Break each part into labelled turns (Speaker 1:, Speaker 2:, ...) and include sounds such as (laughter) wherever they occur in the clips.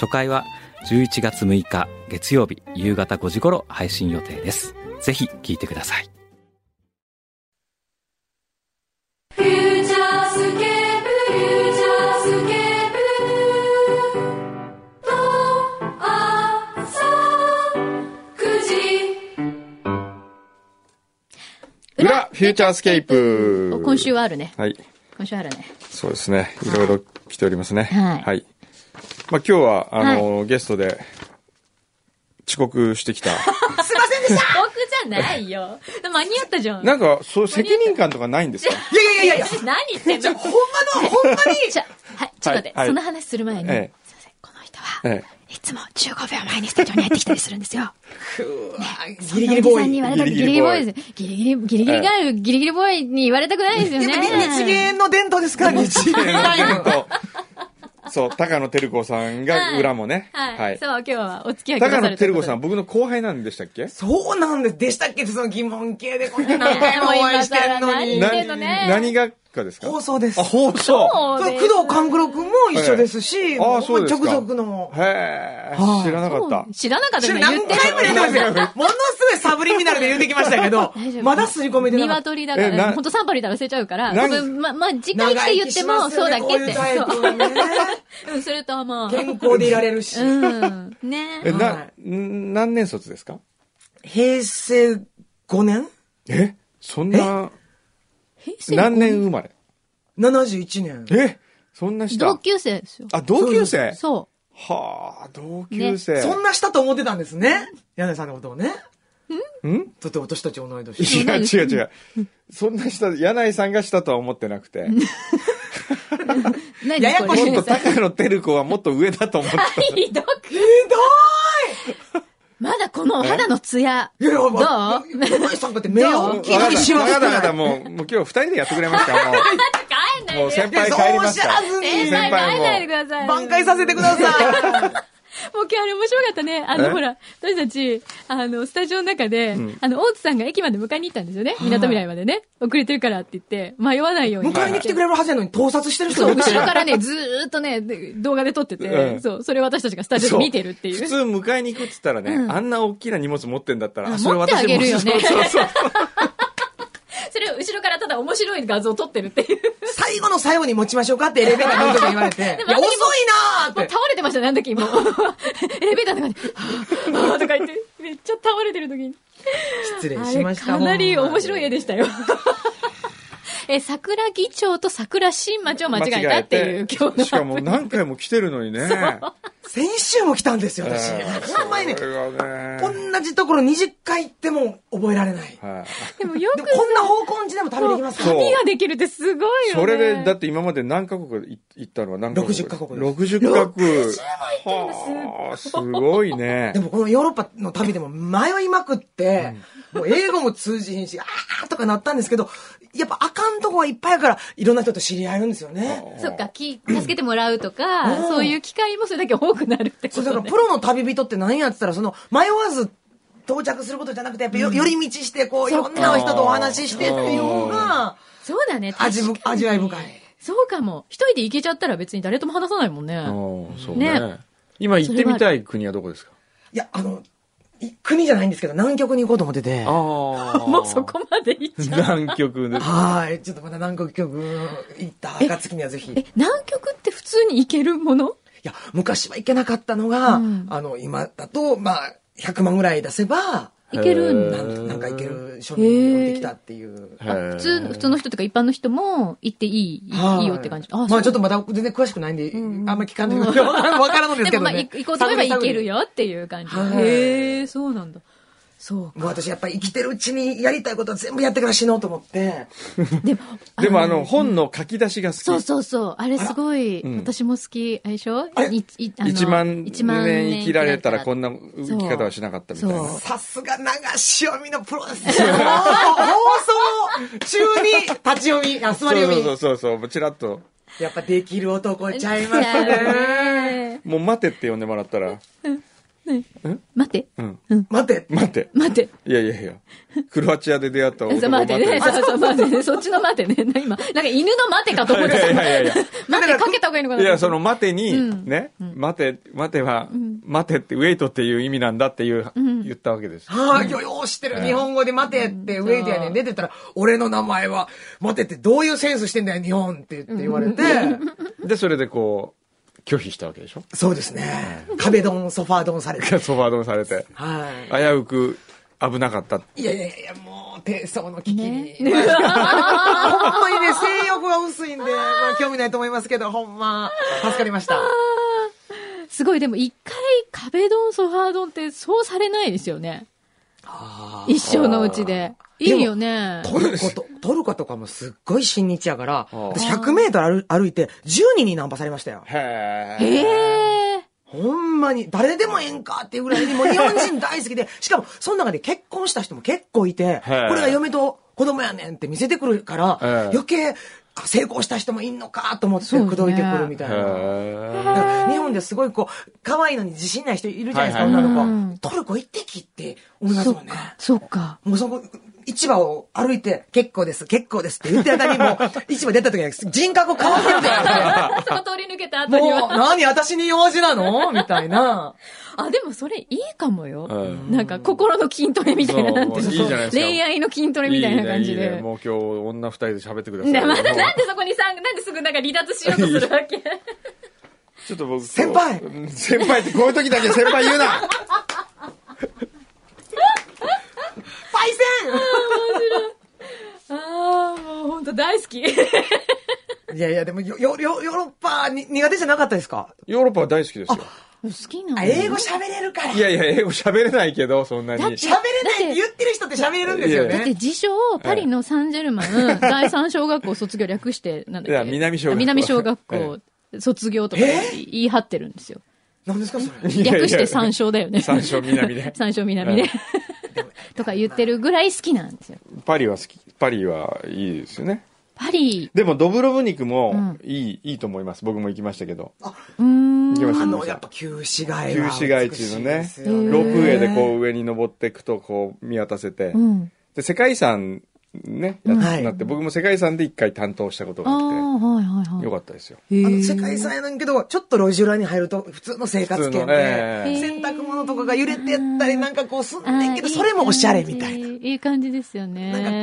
Speaker 1: 初回は11月6日月曜日夕方5時頃配信予定ですぜひ聞いてください
Speaker 2: フューチャースケープフューチャースケープと朝9時
Speaker 3: 裏フューチャースケープ
Speaker 4: 今週はあるね。
Speaker 3: はい
Speaker 4: 今週あるね。
Speaker 3: そうですねいろいろ来ておりますね
Speaker 4: はい
Speaker 3: まあ、今日はあの、ゲストで遅刻してきた (laughs)
Speaker 4: 僕じゃないよ。間に合ったじゃん。
Speaker 3: なんかそう責任感とかないんですか
Speaker 4: (laughs) いやいや、何言ってんのほんまの、ほんまにちょ、はい、ちょっと待って、
Speaker 3: はい
Speaker 4: その話する前に、
Speaker 3: ええ
Speaker 4: すいません、この人は、
Speaker 3: え
Speaker 4: いつも15秒前にスタジオに入ってきたりするんですよ。
Speaker 5: ギリギリボ
Speaker 4: おじさんに
Speaker 5: ーイ。
Speaker 4: 言われたく、ギ
Speaker 3: ギ
Speaker 4: リ
Speaker 3: リ
Speaker 4: ギ
Speaker 3: ギ
Speaker 4: リ
Speaker 3: リボーイ
Speaker 4: ボーイです。ギリギリ、ギリギリガール、ギリギリボーイに言われたくないですよね。
Speaker 5: 日芸の伝統で
Speaker 4: (laughs)
Speaker 5: すから、日芸の伝統。
Speaker 3: そう高野照子さんが裏もね
Speaker 4: はい、そう、今日はお付き合いくだ
Speaker 3: 高
Speaker 4: さ
Speaker 3: 野
Speaker 4: るとい
Speaker 3: 照
Speaker 4: うこ
Speaker 3: 子
Speaker 4: と
Speaker 3: さん
Speaker 4: で。
Speaker 3: 僕の後輩なんでしたっけ
Speaker 5: そうなんです。でしたっけその疑問系でこんな何回もお会いしてんの
Speaker 4: い
Speaker 5: に
Speaker 4: い。
Speaker 3: な
Speaker 4: けどね
Speaker 3: 何学科ですか
Speaker 5: 放送です。
Speaker 3: あ
Speaker 5: そ
Speaker 3: 放
Speaker 5: う
Speaker 3: 送
Speaker 4: そう
Speaker 5: 工
Speaker 4: で
Speaker 5: 藤
Speaker 4: す
Speaker 5: 官九郎くんも一緒ですし、
Speaker 3: あそうですか
Speaker 5: 直属の。
Speaker 3: へえ
Speaker 5: はあ
Speaker 3: 知らなかった
Speaker 4: そう知らなかった
Speaker 5: 知
Speaker 4: の
Speaker 5: ら
Speaker 4: に
Speaker 5: な
Speaker 4: 言っ
Speaker 5: 何
Speaker 4: て
Speaker 5: 回も言ってましたよ。ものすごいサブリミナルで言ってきましたけど
Speaker 4: 大丈、夫
Speaker 5: まだすり込めてなかった。
Speaker 4: 鶏だか
Speaker 3: え
Speaker 4: ら、
Speaker 3: な
Speaker 4: ほんとサンパリだから捨てちゃうから、多
Speaker 3: 何
Speaker 4: 分ま、まあ、次回って言っても、そうだっけって。
Speaker 5: こういうタイプはね
Speaker 4: そう。うん、すると思う。
Speaker 5: 健康でいられるし。
Speaker 4: うん。ね
Speaker 3: え
Speaker 5: は
Speaker 3: な、ん何年卒ですか
Speaker 5: 平成5年
Speaker 3: えそんな
Speaker 4: 成
Speaker 3: 何年生まれ
Speaker 5: ?71 年。
Speaker 3: えそんなした
Speaker 4: 同級生ですよ。
Speaker 3: あ、同級生
Speaker 4: そ
Speaker 3: はあ、同級生。
Speaker 5: そんなしたと思ってたんですね。柳井さんのことをね。
Speaker 3: ん
Speaker 5: だって私たち同い年。
Speaker 3: いや、違う違う。そんなした、柳井さんがしたとは思ってなくて。
Speaker 4: う。何
Speaker 5: ややこしい
Speaker 3: もっと高野照子はもっと上だと思ってた。
Speaker 4: ひどく。ひどいまだこのお肌のツヤ。
Speaker 5: いやいや、
Speaker 4: どう
Speaker 5: わ柳井さんだって目を
Speaker 4: どう
Speaker 5: 大きくしま
Speaker 3: わか
Speaker 5: す
Speaker 3: っ
Speaker 5: か
Speaker 3: たわかった
Speaker 5: ら。
Speaker 3: もう、もう今日二人でやってくれ
Speaker 4: (laughs)
Speaker 3: ますから、も
Speaker 4: 帰んな
Speaker 3: う。
Speaker 4: い
Speaker 3: もう
Speaker 4: で。
Speaker 3: 先輩帰りますか
Speaker 5: いやそうおっしゃらずに
Speaker 4: 先輩
Speaker 3: 先輩
Speaker 4: 帰んないでく
Speaker 3: も。
Speaker 4: ださい。
Speaker 5: 挽回させてください。
Speaker 4: もう今日あれ面白かったね。あ
Speaker 3: え
Speaker 4: の、ほら、私たち、あの、スタジオの中で、あの、大津さんが駅まで迎えに行ったんですよね。港未来までね。遅れてるからって言って、迷わないよ (laughs) うに。
Speaker 5: 迎えに来てくれるはずやのに盗撮してる人
Speaker 4: そう、
Speaker 5: がいる
Speaker 4: 後ろからね、ずーっとね、で動画で撮って
Speaker 3: う
Speaker 4: て、
Speaker 3: ん
Speaker 4: そう、それを私たちがスタジオで見てるってい
Speaker 3: 普
Speaker 4: う。
Speaker 3: 通迎えに行くって言ったらね、あんな大きな荷物持ってんだったら、
Speaker 4: うん
Speaker 3: あそれ
Speaker 4: 持ってあ
Speaker 3: 私
Speaker 4: げ
Speaker 3: も
Speaker 4: るよね
Speaker 3: そうそうそう。
Speaker 4: それを後ろからただ面白い画像を撮ってるっていう。
Speaker 5: 最後の最後に持ちましょうかってエレベーターの人が言わ
Speaker 4: (laughs)
Speaker 5: れて、いや、遅いな
Speaker 4: (laughs) も
Speaker 5: ー
Speaker 4: う
Speaker 5: って
Speaker 4: 倒。れてましたね、あの時もう。エレベーターの中で、はぁ、はぁとか言って、めっちゃ倒れてる時に。
Speaker 5: 失礼
Speaker 4: (laughs) あ
Speaker 5: し
Speaker 4: れ、
Speaker 5: ました。
Speaker 4: かなり面白い絵
Speaker 5: で。
Speaker 4: でしたよ。え、桜木町と桜新町を間違えたっていう、今日の。
Speaker 3: しかも何回も来てるのにね。
Speaker 5: 先週も来たんですよ、私。
Speaker 3: えー
Speaker 5: ほんまにね
Speaker 3: そ、れがね
Speaker 5: 同じところ20回行っても覚えられない。
Speaker 3: はい。
Speaker 4: でもよ
Speaker 5: で
Speaker 4: く
Speaker 5: もこんな方向音痴でも旅できますから
Speaker 3: そう
Speaker 4: 旅ができるってすごいよね。
Speaker 3: それで、だって今まで何カ国い行ったのは何カ国
Speaker 5: 60カ国
Speaker 3: です。60カ国。はあすごいね
Speaker 5: で。もこのヨーロッパの旅でも迷いまくって、もう英語も通じひんし、あ (laughs) ーとかなったんですけど、やっぱあかんとこがいっぱいやから、いろんな人と知り合えるんですよね。
Speaker 4: そっか、き、助けてもらうとか、
Speaker 5: うん
Speaker 4: そういう機会もそれだけ多くなるってこ
Speaker 5: そ
Speaker 4: と
Speaker 5: れだから
Speaker 4: ね
Speaker 5: プ。ロの旅人って何やって言ったら、その迷わず到着することじゃなくて、やっぱよ,、り道して、こう、いろんな人とお話ししてっていう方が、
Speaker 4: そうだね、確
Speaker 5: 味ぶ
Speaker 4: かに
Speaker 5: 味わい深い。
Speaker 4: そうかも。一人で行けちゃったら別に誰とも話さないもんね。
Speaker 3: うんそう
Speaker 4: ね
Speaker 3: ね。今行ってみたい国はどこですか
Speaker 5: いや、あの、い国じゃないんですけど、南極に行こうと思ってて。
Speaker 3: ああ。
Speaker 4: もうそこまで行っちゃ
Speaker 3: (laughs)
Speaker 4: う
Speaker 3: 南極で。
Speaker 5: はーい。ちょっとまだ南極行った暁にはぜひ。
Speaker 4: え、南極って普通に行けるもの
Speaker 5: いや、昔は行けなかったのが、
Speaker 4: うん
Speaker 5: あの、今だと、まあ、100万ぐらい出せば、
Speaker 4: 行けるん
Speaker 3: へ
Speaker 5: な
Speaker 4: だ。
Speaker 5: んなんか行ける庶民に降りてきたっていう。
Speaker 3: へー
Speaker 4: 普通の、普通の人とか一般の人も行っていい、
Speaker 5: は
Speaker 4: い
Speaker 5: い
Speaker 4: いよって感じ。
Speaker 5: まあちょっ
Speaker 4: と、
Speaker 5: とまだ全然詳しくないんで、あんまり聞かんでく
Speaker 4: (laughs)
Speaker 5: ださい。わからんので
Speaker 4: で
Speaker 5: すけ
Speaker 4: もま
Speaker 5: ど
Speaker 4: あ
Speaker 5: ね。
Speaker 4: 行行こうと思えば行ける
Speaker 5: よ。
Speaker 4: よっていう感じ。
Speaker 5: はい
Speaker 4: へえ、そうなんだ。そう
Speaker 5: もう私やっぱり生きてるうちにやりたいことは全部やってから死のうと思って。
Speaker 4: でも
Speaker 3: でもあの、本の書き出しが好き。
Speaker 4: そうそうそう。あれすごい、
Speaker 3: ん
Speaker 4: 私も好き。あれでしょ
Speaker 5: あれ
Speaker 4: いいあの
Speaker 3: 1万
Speaker 4: 一万
Speaker 3: 年生きられたら
Speaker 4: 生き
Speaker 3: こんな生き方はしなかったみたいな。
Speaker 4: そう
Speaker 5: さすが流し読みのプロです
Speaker 4: (laughs)
Speaker 5: よ。放送中に立ち読み、あ、座り読み。
Speaker 3: そうそうそうそう、ちらっと。
Speaker 5: やっぱできる男ちゃい
Speaker 4: ら
Speaker 5: ま
Speaker 4: れた
Speaker 5: す
Speaker 4: ら
Speaker 5: ね。
Speaker 4: ね
Speaker 3: (laughs) もう待てって呼んでもらったら、
Speaker 4: 待って、
Speaker 3: うん。
Speaker 5: 待って。
Speaker 3: 待て。
Speaker 4: 待って。
Speaker 3: いやいやいや。クロアチアで出会った
Speaker 4: そ
Speaker 3: 男
Speaker 4: う待ってね。
Speaker 3: 待て
Speaker 4: そうそう、待ってね。そっちの待ってね。今、なんか犬の待てかと思っ
Speaker 3: い
Speaker 4: て
Speaker 3: やい
Speaker 4: た。
Speaker 3: やいやいや。
Speaker 4: 待ってかけた方がいいのかな。
Speaker 3: いや、その待てに、
Speaker 4: うん
Speaker 3: ね、待て、待ては、待てって、ウェイトっていう意味なんだっていう、言ったわけです。
Speaker 5: はあ、漁業してる日本語で待てってウェイディアに出てたら、俺の名前は、待てってどういうセンスしてんだよ、日本って言って言われて、
Speaker 3: で、それでこう、拒否したわけでしょ
Speaker 5: そうですね。壁ドン、ソファドンされて。
Speaker 3: ソファードンされて。
Speaker 5: は
Speaker 3: 危うく、危なかった。
Speaker 5: い。いやいやいや、もう、低層の危機
Speaker 4: ね
Speaker 5: に。ほん (laughs) まにね、性欲が薄 (laughs) いんで、まあ興味ないと思いますけど、ほんま、助かりま (laughs) した。
Speaker 4: (laughs) すごい、でも一回壁ドン、ソファードンってそうされないですよね。一生のうちで。いいよね。
Speaker 5: トルコと、トルコとかもすっごい親日やから、
Speaker 3: あ
Speaker 5: 私100メートル歩歩いて10人にナンパされましたよ。
Speaker 3: へ
Speaker 4: ええ
Speaker 5: ほんまに、誰でもええんかっていうぐらいに、もう日本人大好きで、しかも、その中で結婚した人も結構いて、こ
Speaker 3: へえ
Speaker 5: れが嫁と子供やねんって見せてくるから、
Speaker 3: ええ
Speaker 5: 余計、あ成功した人もいんのかと思って、
Speaker 4: そうね
Speaker 5: 口説いてくるみたいな。だ
Speaker 3: へ
Speaker 5: から日本ですごいこう、可愛いのに自信ない人いるじゃないですか、
Speaker 3: はいはいはい
Speaker 5: 女の子。トルコ行ってきって思います
Speaker 4: そ
Speaker 5: もん
Speaker 4: っ
Speaker 5: ね。
Speaker 4: か。そ
Speaker 3: (laughs)
Speaker 4: っか。
Speaker 5: もうそこ、市場を歩いて、結構です、結構ですって言ってる間にもう、市場出た時に人格変わってるじ
Speaker 4: (laughs)
Speaker 5: ゃ
Speaker 4: そこ通り抜けた後
Speaker 5: ない
Speaker 4: に
Speaker 5: ですか。も
Speaker 4: は。
Speaker 5: う、何私に用事なのみたいな。
Speaker 4: あ、でもそれいいかもよ。
Speaker 3: うん
Speaker 4: なんか心の筋トレみたいな。
Speaker 3: そう
Speaker 4: なんていうの
Speaker 3: いいじゃないですか
Speaker 4: 恋愛の筋トレみたいな感じ
Speaker 3: いいねいい
Speaker 4: で。
Speaker 3: ねもう今日、女二人で喋ってください。
Speaker 4: ねまた
Speaker 3: もう
Speaker 4: なんでそこにさ、なんですぐなんか離脱しようとするわ
Speaker 3: (laughs)
Speaker 4: け
Speaker 3: ちょっと僕、
Speaker 5: 先輩
Speaker 3: うん先輩ってこういう時だけ先輩言う
Speaker 4: (laughs)
Speaker 3: な
Speaker 5: パイセ
Speaker 4: ああ、もう本当 (laughs) 大好き。
Speaker 5: ンいやいや、でもよ、よ、よ、ヨーロッパに苦手じゃなかったですか
Speaker 3: ヨーロッパは大好きですよ。
Speaker 4: 好きな
Speaker 5: あ、
Speaker 4: の
Speaker 5: 英語喋れるから。
Speaker 3: いやいや、英語喋れないけど、そんなに。
Speaker 4: だって
Speaker 5: 喋れないって言ってる人って喋れるんですよ
Speaker 4: だって
Speaker 5: ね。
Speaker 4: 自称、パリのサンジェルマ
Speaker 5: (laughs)
Speaker 4: ン、第三小学校卒業略して、なんだっけ
Speaker 3: いや南小学校
Speaker 4: あ南小学校卒業とか言い張ってるんですよ。
Speaker 5: 何ですかそれ。
Speaker 3: いやいや
Speaker 4: 略して三小だよね。
Speaker 3: 三小南で
Speaker 4: (laughs) 三小南で
Speaker 3: うん。
Speaker 4: とか言ってるぐらい好きなんですよ。
Speaker 3: パリは好き。パリはいいですよね。
Speaker 4: パリ、
Speaker 3: でも、ドブロブニク
Speaker 4: うん
Speaker 3: もいい、いいと思います。僕も行きましたけど。
Speaker 4: うーん。
Speaker 3: 行きました
Speaker 5: あ
Speaker 3: 行き
Speaker 5: の、
Speaker 3: まし
Speaker 5: やったぱ旧市街
Speaker 3: 旧
Speaker 5: は美し
Speaker 3: 市
Speaker 5: い
Speaker 3: 街
Speaker 5: で
Speaker 3: 地
Speaker 5: す
Speaker 3: の
Speaker 5: よ
Speaker 3: ね
Speaker 5: ね。、
Speaker 3: ロープウェイでこう上に登っていくと、こう見渡せて
Speaker 4: う。ん。
Speaker 3: で、世界遺産ね、や
Speaker 5: はい
Speaker 3: なって、僕も世界遺産で一回担当したこと
Speaker 4: あ
Speaker 3: が
Speaker 4: あ、
Speaker 3: あっ
Speaker 4: はいはいは
Speaker 3: て、
Speaker 4: い。
Speaker 3: よかったですよ。
Speaker 4: へー
Speaker 5: あの世界遺産やねんけど、ちょっと路地裏に入ると普通の生活
Speaker 3: 普通
Speaker 5: 圏
Speaker 3: のえ
Speaker 5: で、
Speaker 4: え
Speaker 5: 洗濯物とかが揺れてったりなんかこうすんねんけど、
Speaker 4: あー
Speaker 5: それもおしゃれみたいな。
Speaker 4: いい感じいい感じですよね。
Speaker 5: なんかこ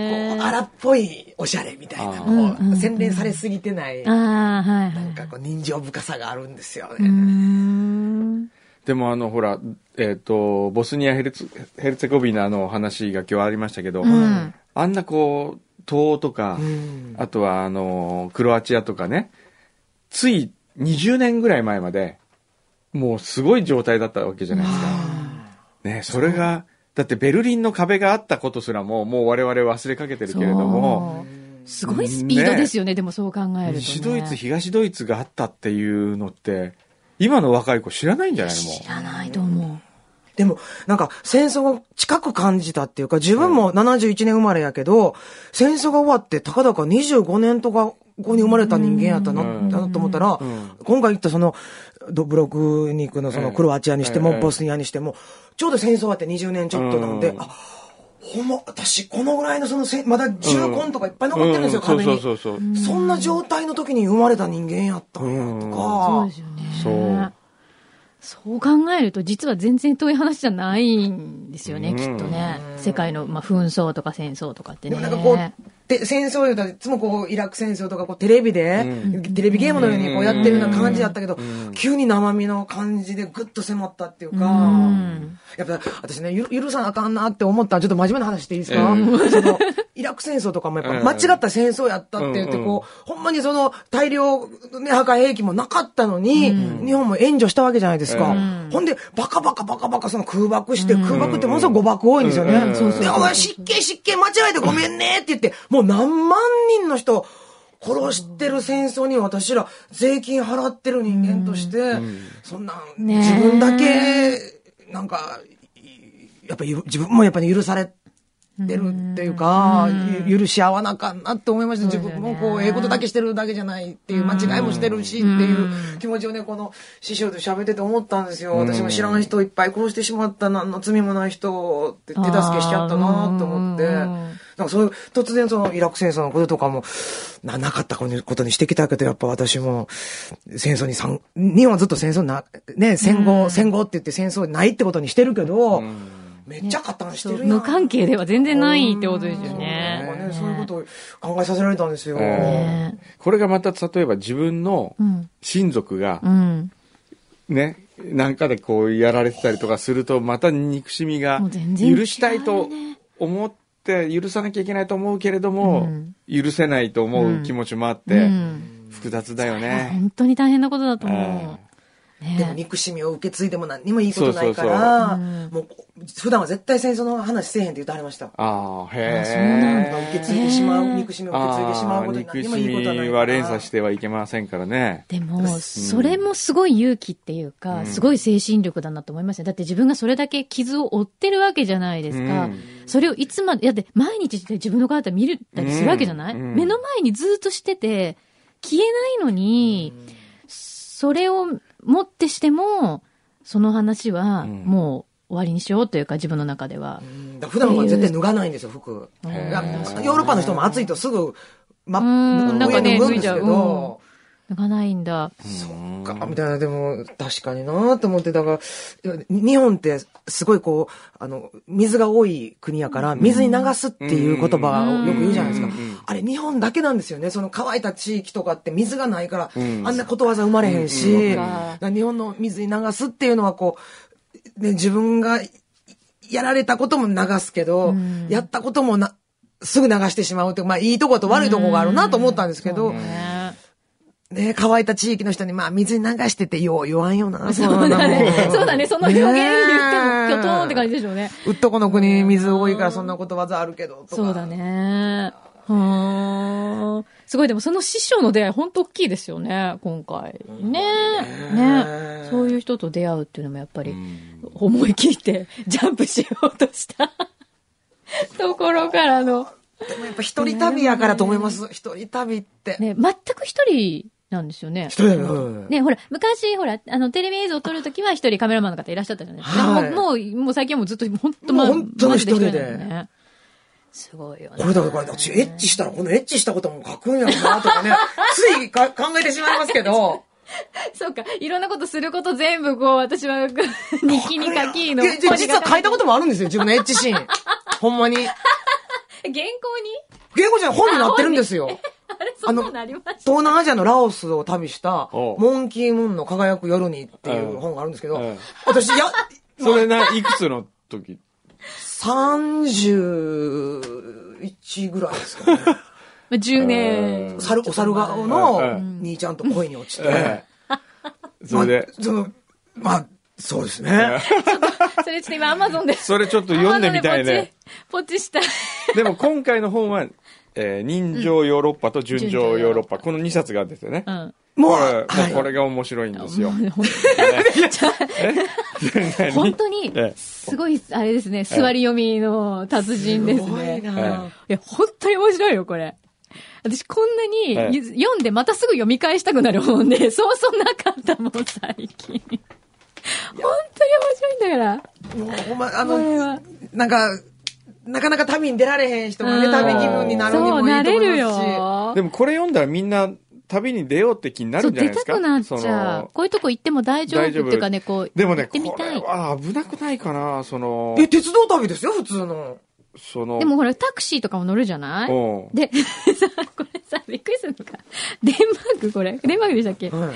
Speaker 5: う、荒っぽいおしゃれみたいな、こう、洗練されすぎてない、な
Speaker 4: ああ、はいはい。
Speaker 5: んかこう、人情深さがあるんですよ
Speaker 4: うー
Speaker 5: ね。
Speaker 4: ん。
Speaker 3: でもあの、ほら、えっ、と、ボスニアヘルツヘルツェゴビナの話が今日ありましたけど、
Speaker 4: ん
Speaker 3: あんなこう、東欧とか、
Speaker 5: ん
Speaker 3: あとはあの、クロアチアとかね、つい20年ぐらい前まで、もうすごい状態だったわけじゃないですか。ね、それが、だってベルリンの壁があったことすらも、もう我々忘れかけてるけれども、
Speaker 4: そうすごいスピードですよね、でもそう考えると、ね。
Speaker 3: 西ドイツ、東ドイツがあったっていうのって、今の若い子知らないんじゃないのもう
Speaker 4: 知らないと思
Speaker 5: でも、なんか戦争を近く感じたっていうか、自分も71年生まれやけど、戦争が終わってたかだか25年とか、ここに生まれた人間やったな、
Speaker 3: うん
Speaker 5: だなと思ったら、今回言ったその、ドブロクニクのそのクロアチアにして
Speaker 3: え
Speaker 5: も、
Speaker 3: え
Speaker 5: ボスニアにしても、ちょうど戦争終わって20年ちょっとなんで、
Speaker 3: うん
Speaker 5: あ、ほんま、私、このぐらいのそのせ、まだ銃痕とかいっぱい残ってるんですよ、
Speaker 3: うんうん
Speaker 5: 壁に。
Speaker 3: そうそうそうそう
Speaker 5: そんな状態の時に生まれた人間やったんやと
Speaker 4: う。そう
Speaker 5: か
Speaker 4: で、すよね。
Speaker 3: そう。
Speaker 4: そう考えると、実は全然遠い話じゃないんですよね、
Speaker 3: うん
Speaker 4: きっとね。世界の、まあ、紛争とか戦争とかって
Speaker 5: で
Speaker 4: ね。
Speaker 5: もなんかこう、で、戦争いうといつもこう、イラク戦争とかこう、テレビで、
Speaker 3: う
Speaker 5: テレビゲームのようにこうやってるような感じだったけど、
Speaker 3: うん
Speaker 5: 急に生身の感じでグッと迫ったっていうか、
Speaker 4: うん
Speaker 5: やっぱ私ね、ゆる許さなあかんなって思ったちょっと真面目な話していいですか、
Speaker 3: え
Speaker 5: その、イラク戦争とかもやっ
Speaker 3: え
Speaker 5: ぱ
Speaker 3: え
Speaker 5: 間違った戦争やったって言っ
Speaker 3: う
Speaker 5: て、
Speaker 3: んうん
Speaker 5: こう、ほんまにその大量、ね、破壊兵器もなかったのに、日本も援助したわけじゃないですか。
Speaker 3: え
Speaker 5: ほんで、バカバカバカバカその空爆して、空爆ってものすごい誤爆多いんですよね。
Speaker 3: うんうんそうそう
Speaker 5: で、お前失敬失敬間違えてごめんねって言って、もう何万人の人、殺してる戦争に私ら税金払ってる人間として、そんな、
Speaker 4: ねえ
Speaker 5: 自分だけ、なんか、いやっぱゆ自分もやっぱり許されてるっていうか、ゆ許し合わなあかんなって思いました。自
Speaker 4: うだよ
Speaker 5: 分
Speaker 4: ね
Speaker 5: もこう、ええことだけしてるだけじゃないっていう、間違いもしてるしっていう気持ちをね、この師匠と喋ってて思ったんですよ。私も知らん人いっぱい殺してしまった、何の罪もない人をって手助けしちゃったなと思って。
Speaker 4: あーうん
Speaker 5: なんかそういう、突然そのイラク戦争のこととかも、な、なかったことにことにしてきたけど、やっぱ私も、戦争に参、日本はずっと戦争な、ね、戦後、戦後って言って戦争ないってことにしてるけど、めっちゃ加担して
Speaker 4: そう
Speaker 5: るやん。
Speaker 4: 無関係では全然ないってことですよ
Speaker 5: ね
Speaker 4: ね。
Speaker 5: ねそういうことを考えさせられたんですよ。
Speaker 3: え
Speaker 4: ね
Speaker 3: これがまた、例えば自分の
Speaker 4: ん
Speaker 3: 親族が
Speaker 4: う、ん。
Speaker 3: ね、なんかでこうやられてたりとかすると、また憎しみが
Speaker 4: もう全然違うよね
Speaker 3: 許したいと思って、許さなきゃいけないと思うけれども、許せないと思う気持ちもあって、
Speaker 4: うん
Speaker 3: 複雑だよね。
Speaker 4: 本当に大変なことだと思う。
Speaker 5: でも
Speaker 4: ね
Speaker 5: 憎しみを受け継いでも何もいいことないか
Speaker 4: そうそうそう
Speaker 5: ら、
Speaker 4: うん
Speaker 5: もう普段は絶対戦争の話せえへんって言ってはりました。
Speaker 3: ああ、
Speaker 5: あそうなん
Speaker 3: へ
Speaker 5: だ。受
Speaker 3: え。
Speaker 5: け継いでしまう、
Speaker 4: へえ
Speaker 5: 憎しみを受け継いでしま
Speaker 3: あ
Speaker 5: う
Speaker 3: あ
Speaker 5: ことに
Speaker 3: 憎
Speaker 5: 何
Speaker 3: し
Speaker 5: もいいことはな
Speaker 3: み
Speaker 5: いから。
Speaker 3: は連鎖してはいけませんからね。
Speaker 4: でも、それもすごい勇気っていうか、すごい精神力だなと思いましたね。だって自分がそれだけ傷を負ってるわけじゃないですか。
Speaker 3: うん
Speaker 4: それをいつまで、だって毎日自分の体見るたりするわけじゃない、
Speaker 3: うんうん
Speaker 4: 目の前にずっとしてて、消えないのに、それをもってしても、その話は
Speaker 3: ん
Speaker 4: もう終わりにしようというか、自分の中では。
Speaker 5: うんだから普段は絶対脱がないんですよ、服。
Speaker 4: うん
Speaker 3: へえ
Speaker 5: だからヨーロッパの人も暑いとすぐ、ま、
Speaker 4: うん
Speaker 5: なん
Speaker 3: なん
Speaker 5: か
Speaker 3: かね
Speaker 5: ね、脱ぐんですけ
Speaker 4: 脱いじゃううん
Speaker 5: ど、
Speaker 4: 脱がないんだ。
Speaker 5: そっか、みたいな、でも、確かになと思って、だから、いや日本って、すごいこう、あの、水が多い国やから、水に流すっていう言葉をよく言うじゃないですか
Speaker 3: うんうん。
Speaker 5: あれ、日本だけなんですよね。その乾いた地域とかって水がないから、
Speaker 3: ん
Speaker 5: あんなことわざ生まれへんし、
Speaker 4: うん
Speaker 5: だから日本の水に流すっていうのは、こう、ね、自分がいやられたことも流すけど、やったこともな、すぐ流してしまうって、まあ、いいとこと悪いとこがあるなと思ったんですけど、
Speaker 4: ね
Speaker 5: ね、乾いた地域の人に、まあ、水に流してって、よう言わんよな。
Speaker 4: そうだね。 (laughs) そうだね。その表現言っても、
Speaker 5: ねえ
Speaker 4: きょとんって感じでしょうね。
Speaker 5: うっとこの国、水多いから、そんなことわざあるけど、とか。
Speaker 4: そうだ。ね。うーん。すごい、でもその師匠の出会い、本当大きいですよね、今回。ねねそういう人と出会うっていうのもやっぱり、思い切ってジャンプしようとした
Speaker 5: (laughs)
Speaker 4: ところからの。
Speaker 5: でもやっぱ一人旅やからと思います。一人旅って。
Speaker 4: ね、全く一人なんですよね。
Speaker 5: 一人旅うん
Speaker 4: ね、ほら、昔、ほら、あの、テレビ映像を撮るときは一人カメラマンの方いらっしゃったじゃないですか。
Speaker 5: はい
Speaker 4: もう、もう、もう最近はもうずっと、本当
Speaker 5: もう本当に一人で
Speaker 4: ね。すごいよね。
Speaker 5: これだから、私、エッチしたら、このエッチしたことも書くんやろな、とか (laughs) ね。ついか考えてしまいますけど。
Speaker 4: (laughs) そうか。いろんなことすること全部こう、私は、日記に書きの。
Speaker 5: いやじゃあ実は書いたこともあるんですよ、自分のエッチ
Speaker 4: (laughs)
Speaker 5: シーン。ほんまに。
Speaker 4: 原稿に
Speaker 5: 芸語じゃ本になってるんですよ。
Speaker 4: あれ、そんなのありました。
Speaker 5: 東南アジアのラオスを旅した、
Speaker 3: おう
Speaker 5: モンキームーンの輝く夜にっていう本があるんですけ
Speaker 3: うん
Speaker 5: ど、私、や、
Speaker 3: それな、いくつの時
Speaker 5: 31ぐらいです
Speaker 3: (laughs)
Speaker 5: かね。
Speaker 4: まあ10年。
Speaker 5: 猿、お猿顔
Speaker 3: うん
Speaker 5: の
Speaker 3: うん
Speaker 5: 兄ちゃんと恋に落ちて。
Speaker 3: ええ。それで
Speaker 5: ま、あその、まあ、そうですね。
Speaker 4: それちょっと今、アマゾンで。
Speaker 3: それちょっと読んでみたいね。
Speaker 4: ポチ。ポチしたい。
Speaker 3: (laughs) でも今回の本は、えー人情ヨーロッパと純情ヨーロッパ、
Speaker 4: うん
Speaker 3: この2冊が出てね。
Speaker 4: うん。
Speaker 5: もう、
Speaker 3: これ
Speaker 5: はい
Speaker 3: これが面白いんです
Speaker 4: (laughs)
Speaker 3: よ。
Speaker 4: もう
Speaker 3: 何
Speaker 4: (laughs) 本当に
Speaker 3: ええ、
Speaker 4: すごい、あれですね、座り読みの達人です
Speaker 5: すご
Speaker 4: ね。
Speaker 5: いな。
Speaker 4: いや、本当に面白いよ、これ。私こんなに、
Speaker 3: ええ
Speaker 4: 読んでまたすぐ読み返したくなるもんで、 (laughs) そうそうなかったもん、最近。本当に面白いんだから。
Speaker 5: もうほんま、あ
Speaker 4: これは
Speaker 5: の、なんか、なかなか旅に出られへん人も
Speaker 4: う
Speaker 5: ね、
Speaker 4: ん
Speaker 5: 旅気分になるに
Speaker 4: そう、
Speaker 5: もい
Speaker 4: ない
Speaker 5: と
Speaker 4: れ
Speaker 5: 思
Speaker 4: る
Speaker 5: いますし。
Speaker 4: よ。
Speaker 3: でもこれ読んだらみんな旅に出ようって気になる
Speaker 4: そう、
Speaker 3: んじゃない
Speaker 4: 出
Speaker 3: で
Speaker 4: た
Speaker 3: すか
Speaker 4: くなっ
Speaker 3: その
Speaker 4: ちゃう。こういうとこ行っても大丈夫っていうかね、こう、
Speaker 3: でもね、
Speaker 4: 行ってみ
Speaker 3: こ
Speaker 4: た
Speaker 3: れ
Speaker 4: い。
Speaker 3: は危なくないかな、その。
Speaker 5: え、鉄道旅ですよ、普通の。
Speaker 3: その、
Speaker 4: でもほら、タクシーとかも乗るじゃない
Speaker 3: うん、
Speaker 4: で、 (laughs) さ、これさ、びっくりするのが、デンマークこれ、デンマークでしたっけ、
Speaker 5: はい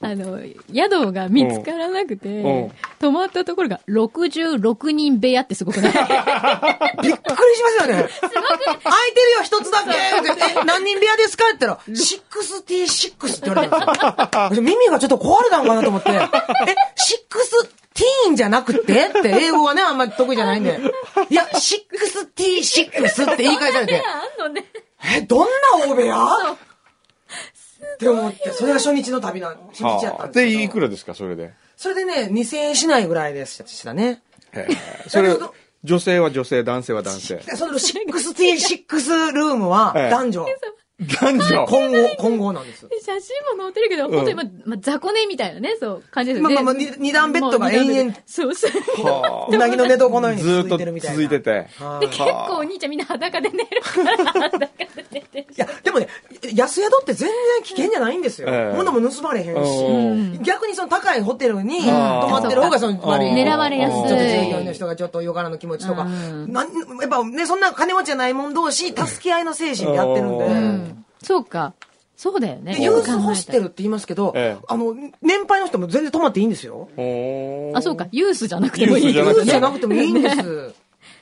Speaker 4: あの、あの、宿が見つからな
Speaker 3: う
Speaker 4: く
Speaker 3: んう
Speaker 4: て
Speaker 3: ん、
Speaker 4: 泊まったところが66人部屋ってすごくない (laughs)
Speaker 5: びっくりしますよね。空いてるよ、一つだけってえ何人部屋ですかって言ったら、6T6 って言われたんですよ。私耳がちょっと壊れたのかなと思って、え、6T じゃなくてって、英語はね、あんまり得意じゃないんで。いや、6T6 って言い返されて、
Speaker 4: あんのね。
Speaker 5: え、どんな大部屋って思って、それが初日の旅なん、初日やった
Speaker 3: はあ
Speaker 5: んですけど
Speaker 3: で、いくらですか、それで。
Speaker 5: それでね、2000円しないぐらいでしたね。
Speaker 3: へえそれ
Speaker 5: だけど、
Speaker 3: 女性は女性、男性は男性。
Speaker 5: でその 6T6 ルームは
Speaker 3: ええ
Speaker 5: 男女。
Speaker 3: 男女
Speaker 5: 混合、混合なんです。
Speaker 4: で写真も載ってるけど、
Speaker 3: ん
Speaker 4: 本当にま、ま、雑魚寝みたいなね、そう、感じですよね。
Speaker 5: まあまあまあに二段ベッドが
Speaker 4: もう二段ベッド
Speaker 5: 延々
Speaker 4: そうそう。
Speaker 3: は
Speaker 5: うなぎの寝床のように
Speaker 3: ずーっ
Speaker 5: 続
Speaker 3: と
Speaker 5: いてるみたいな。
Speaker 3: 続いてて。
Speaker 5: は
Speaker 4: で、
Speaker 5: い
Speaker 4: 結構お兄ちゃんみんな裸で寝るから、裸で寝てる
Speaker 5: いや、でもね、安宿って全然危険じゃないんですよ。
Speaker 3: ええ
Speaker 5: 物も盗まれへんし。
Speaker 3: うん
Speaker 5: 逆にその高いホテルに泊
Speaker 3: あ
Speaker 5: まってる方がその
Speaker 3: あ
Speaker 5: 悪い。
Speaker 4: 狙われやすい
Speaker 5: ちょっと従業員の人がちょっとよからぬ気持ちとか。
Speaker 4: うん
Speaker 5: なんやっぱね、そんな金持ちじゃないもん同士、助け合いの精神でやってるんで。
Speaker 3: うん
Speaker 4: そうか。そうだよね。
Speaker 5: でユースホステルって言いますけど、
Speaker 3: ええ
Speaker 5: あの、年配の人も全然泊まっていいんですよ。
Speaker 3: おー
Speaker 4: あ、そうか。。ユースじゃなくてもいい。
Speaker 3: ユースじ
Speaker 5: ユ
Speaker 3: ゃな
Speaker 5: ー
Speaker 3: くて
Speaker 5: スじゃなくてもいいんです。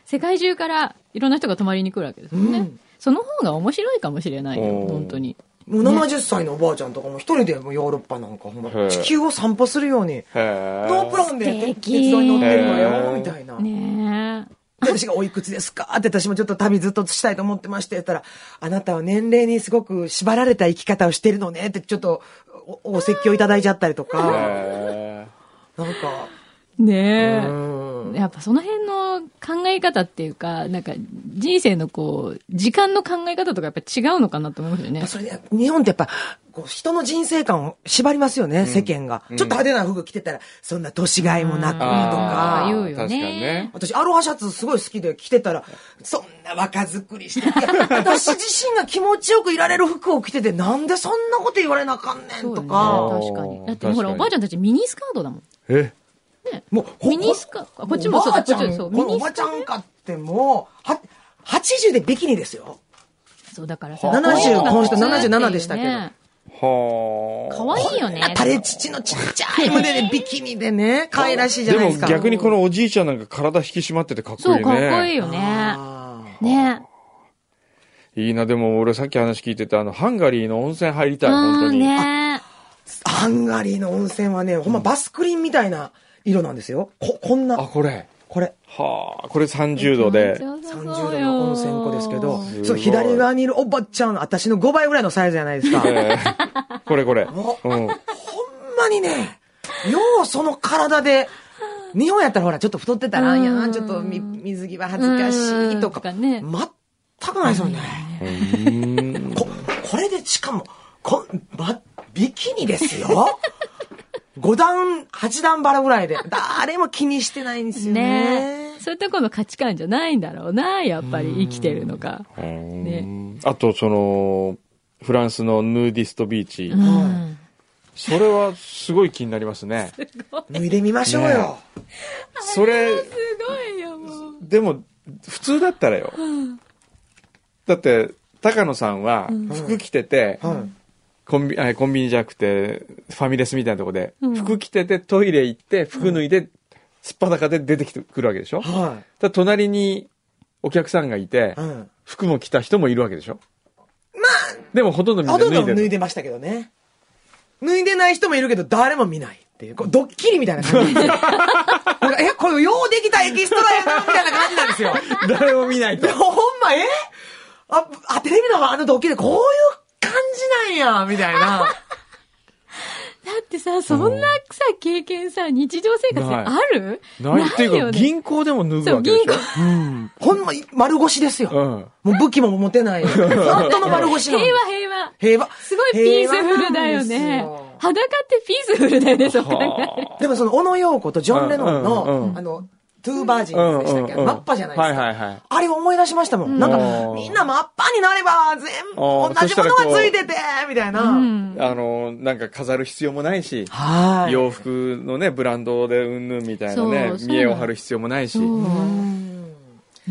Speaker 4: 世界中からいろんな人が泊まりに来るわけですよね。
Speaker 5: うん
Speaker 4: その方が面白いかもしれないよ
Speaker 3: お、ー
Speaker 4: 本当に。
Speaker 5: もう70歳のおばあちゃんとかも一人でもうヨーロッパなんかほんま
Speaker 3: へえ
Speaker 5: 地球を散歩するように、
Speaker 3: へえ
Speaker 5: ノープランで
Speaker 4: 素
Speaker 5: 鉄
Speaker 4: 敵
Speaker 5: 鉄道に乗ってるわよ、みたいな。
Speaker 4: ねえ。
Speaker 5: で私がおいくつですかって私もちょっと旅ずっとしたいと思ってまして、言ったら、あなたは年齢にすごく縛られた生き方をしてるのねってちょっとおお説教いただいちゃったりとか、
Speaker 3: へ
Speaker 5: なんか、
Speaker 4: ねえ。
Speaker 5: うん。
Speaker 4: やっぱその辺の考え方っていうか、なんか人生のこう、時間の考え方とかやっぱ違うのかなと思いますよね。
Speaker 5: それで、日本ってやっぱ、こう人の人生観を縛りますよね、世間が。ちょっと派手な服着てたら、そんな年がいもなくと
Speaker 3: あ
Speaker 5: か
Speaker 3: ー。
Speaker 4: 言うよね。
Speaker 3: 確かにね
Speaker 5: 私、アロハシャツすごい好きで着てたら、そんな若作りして、い (laughs) や私自身が気持ちよくいられる服を着てて、なんでそんなこと言われなあかんね
Speaker 4: そ
Speaker 5: ん
Speaker 4: うよ
Speaker 5: と
Speaker 4: ね
Speaker 5: か、
Speaker 4: 確かに。だっ
Speaker 3: 確
Speaker 4: て
Speaker 3: かに
Speaker 4: ほら、おばあちゃんたちミニスカートだもん。
Speaker 3: ええ。
Speaker 5: もう、ほ
Speaker 4: ミニスカあこっちもそう
Speaker 5: おば
Speaker 4: だ
Speaker 5: あちゃん
Speaker 4: こっちもそう
Speaker 5: このおばあちゃんかってもう、は、80でビキニですよ。
Speaker 4: そう、だからさ。
Speaker 5: 70
Speaker 4: こういうのが
Speaker 5: この人
Speaker 4: 普通っていう
Speaker 5: 77でしたけど
Speaker 4: ね
Speaker 3: はあ。
Speaker 4: 可愛いよね。
Speaker 5: 垂れ乳のちっちゃい胸でビキニでね、可愛らしいじゃ
Speaker 3: で
Speaker 5: ないで
Speaker 3: も
Speaker 5: すか。
Speaker 3: 逆にこのおじいちゃんなんか体引き締まっててかっこいい
Speaker 4: そう、
Speaker 3: ね。
Speaker 4: かっこいい
Speaker 3: い。
Speaker 4: よね。
Speaker 5: あ
Speaker 4: ね。
Speaker 3: いな、でも俺さっき話聞いてたあの、ハンガリーの温泉入りたい、本当
Speaker 4: うん
Speaker 3: に。
Speaker 4: ね。
Speaker 5: ーハンガリーの温泉はね、ほんまバスクリーンみたいな色なんですよ。こ、こん
Speaker 3: あ、
Speaker 5: な、
Speaker 3: これ。
Speaker 5: これ。
Speaker 3: はあ、これ30度で。
Speaker 5: 30度の温泉湖ですけど
Speaker 4: す、
Speaker 3: ごい
Speaker 5: その左側にいるおばちゃん、私の5倍ぐらいのサイズじゃないですか。ほん
Speaker 3: ええこれこれ。
Speaker 5: (laughs) お
Speaker 3: うん。
Speaker 5: まにね、ようその体で、日本やったらほら、ちょっと太ってたら、
Speaker 4: うん
Speaker 5: いや、ちょっとみ水着は恥ずかし
Speaker 4: う
Speaker 5: いとか、
Speaker 4: んとかね
Speaker 5: 全くないですよね。こ、これでしかも、こん、ば、ビキニです
Speaker 4: (laughs)
Speaker 5: よ。5段、8段バラぐらいで、誰も気にしてないんですよね。
Speaker 4: ね。そういうところの価値観じゃないんだろうな、やっぱり生きてるのが。
Speaker 3: うんあと、その、フランスのヌーディストビーチ。
Speaker 4: うん。
Speaker 3: それはすごい気になります
Speaker 4: (laughs)
Speaker 3: ね。
Speaker 5: 脱いでみましょうよ。
Speaker 3: それ、
Speaker 4: すごいよ、もう。
Speaker 3: でも、普通だったらよ。だって、高野さんは服着てて、
Speaker 5: はい
Speaker 3: コンビあコンビニじゃなくて、ファミレスみたいなとこで、服着ててトイレ行って、服脱いで、すっぱだかで出てきてくるわけでしょ、だか
Speaker 5: は
Speaker 3: ら隣にお客さんがいて
Speaker 5: い。、うん。
Speaker 3: 服も着た人もいるわけでしょまあでもほとんどみん
Speaker 5: ほ
Speaker 3: な
Speaker 5: とん
Speaker 3: 脱
Speaker 5: ど
Speaker 3: いで
Speaker 5: 脱い
Speaker 3: る。
Speaker 5: でましたけどね。脱いでない人もいるけど、誰も見ないっていう、こうドッキリみたいな
Speaker 3: (laughs)
Speaker 5: 感じ。なんかえ、これ、ようできたエキストラやな、みたいな感じなんで
Speaker 3: (laughs)
Speaker 5: すよ。
Speaker 3: 誰も見ないと
Speaker 5: で。 (laughs) ほんま、えあ、あ、テレビのあのドッキリ、こういう感じなんや、みた
Speaker 3: (laughs)
Speaker 5: いな。
Speaker 4: だってさ、そんなさ、経験さ、日常生活である
Speaker 3: ないっていう
Speaker 4: よ
Speaker 3: か、
Speaker 4: ね
Speaker 3: 銀行でも脱ぐわけでしょ
Speaker 4: そう
Speaker 3: うん。
Speaker 5: ほんま、丸腰ですよ。
Speaker 3: うん。
Speaker 5: もう武器も持て
Speaker 3: (laughs)
Speaker 5: ない。本当の丸腰な
Speaker 4: 平
Speaker 5: の。
Speaker 4: 和平和。
Speaker 5: 平和。
Speaker 4: すごいピースフルだよね
Speaker 5: 平和なんですよ。
Speaker 4: 裸ってピースフルだよね、そう考えると
Speaker 3: は
Speaker 5: でもその、小野陽子とジョン・レノン
Speaker 3: うんうんう
Speaker 5: の、
Speaker 3: ん
Speaker 5: あの、トゥーバージ
Speaker 3: あ
Speaker 5: ンズでしたっけマッパじゃないですか。
Speaker 3: はいはいはい。
Speaker 5: あれを思い出しましたもん。なんか、
Speaker 3: うん
Speaker 5: みんなマッパになれば、全部
Speaker 3: あー
Speaker 5: 同じもの
Speaker 3: そしたらこ
Speaker 5: が
Speaker 3: う
Speaker 5: ついてて、みたいな。
Speaker 4: うん。
Speaker 3: あの、なんか飾る必要もないし、
Speaker 5: はーい。
Speaker 3: 洋服のね、ブランドでうんぬんみたいなね
Speaker 4: そう、
Speaker 3: 見栄を張る必要もないし。
Speaker 4: そう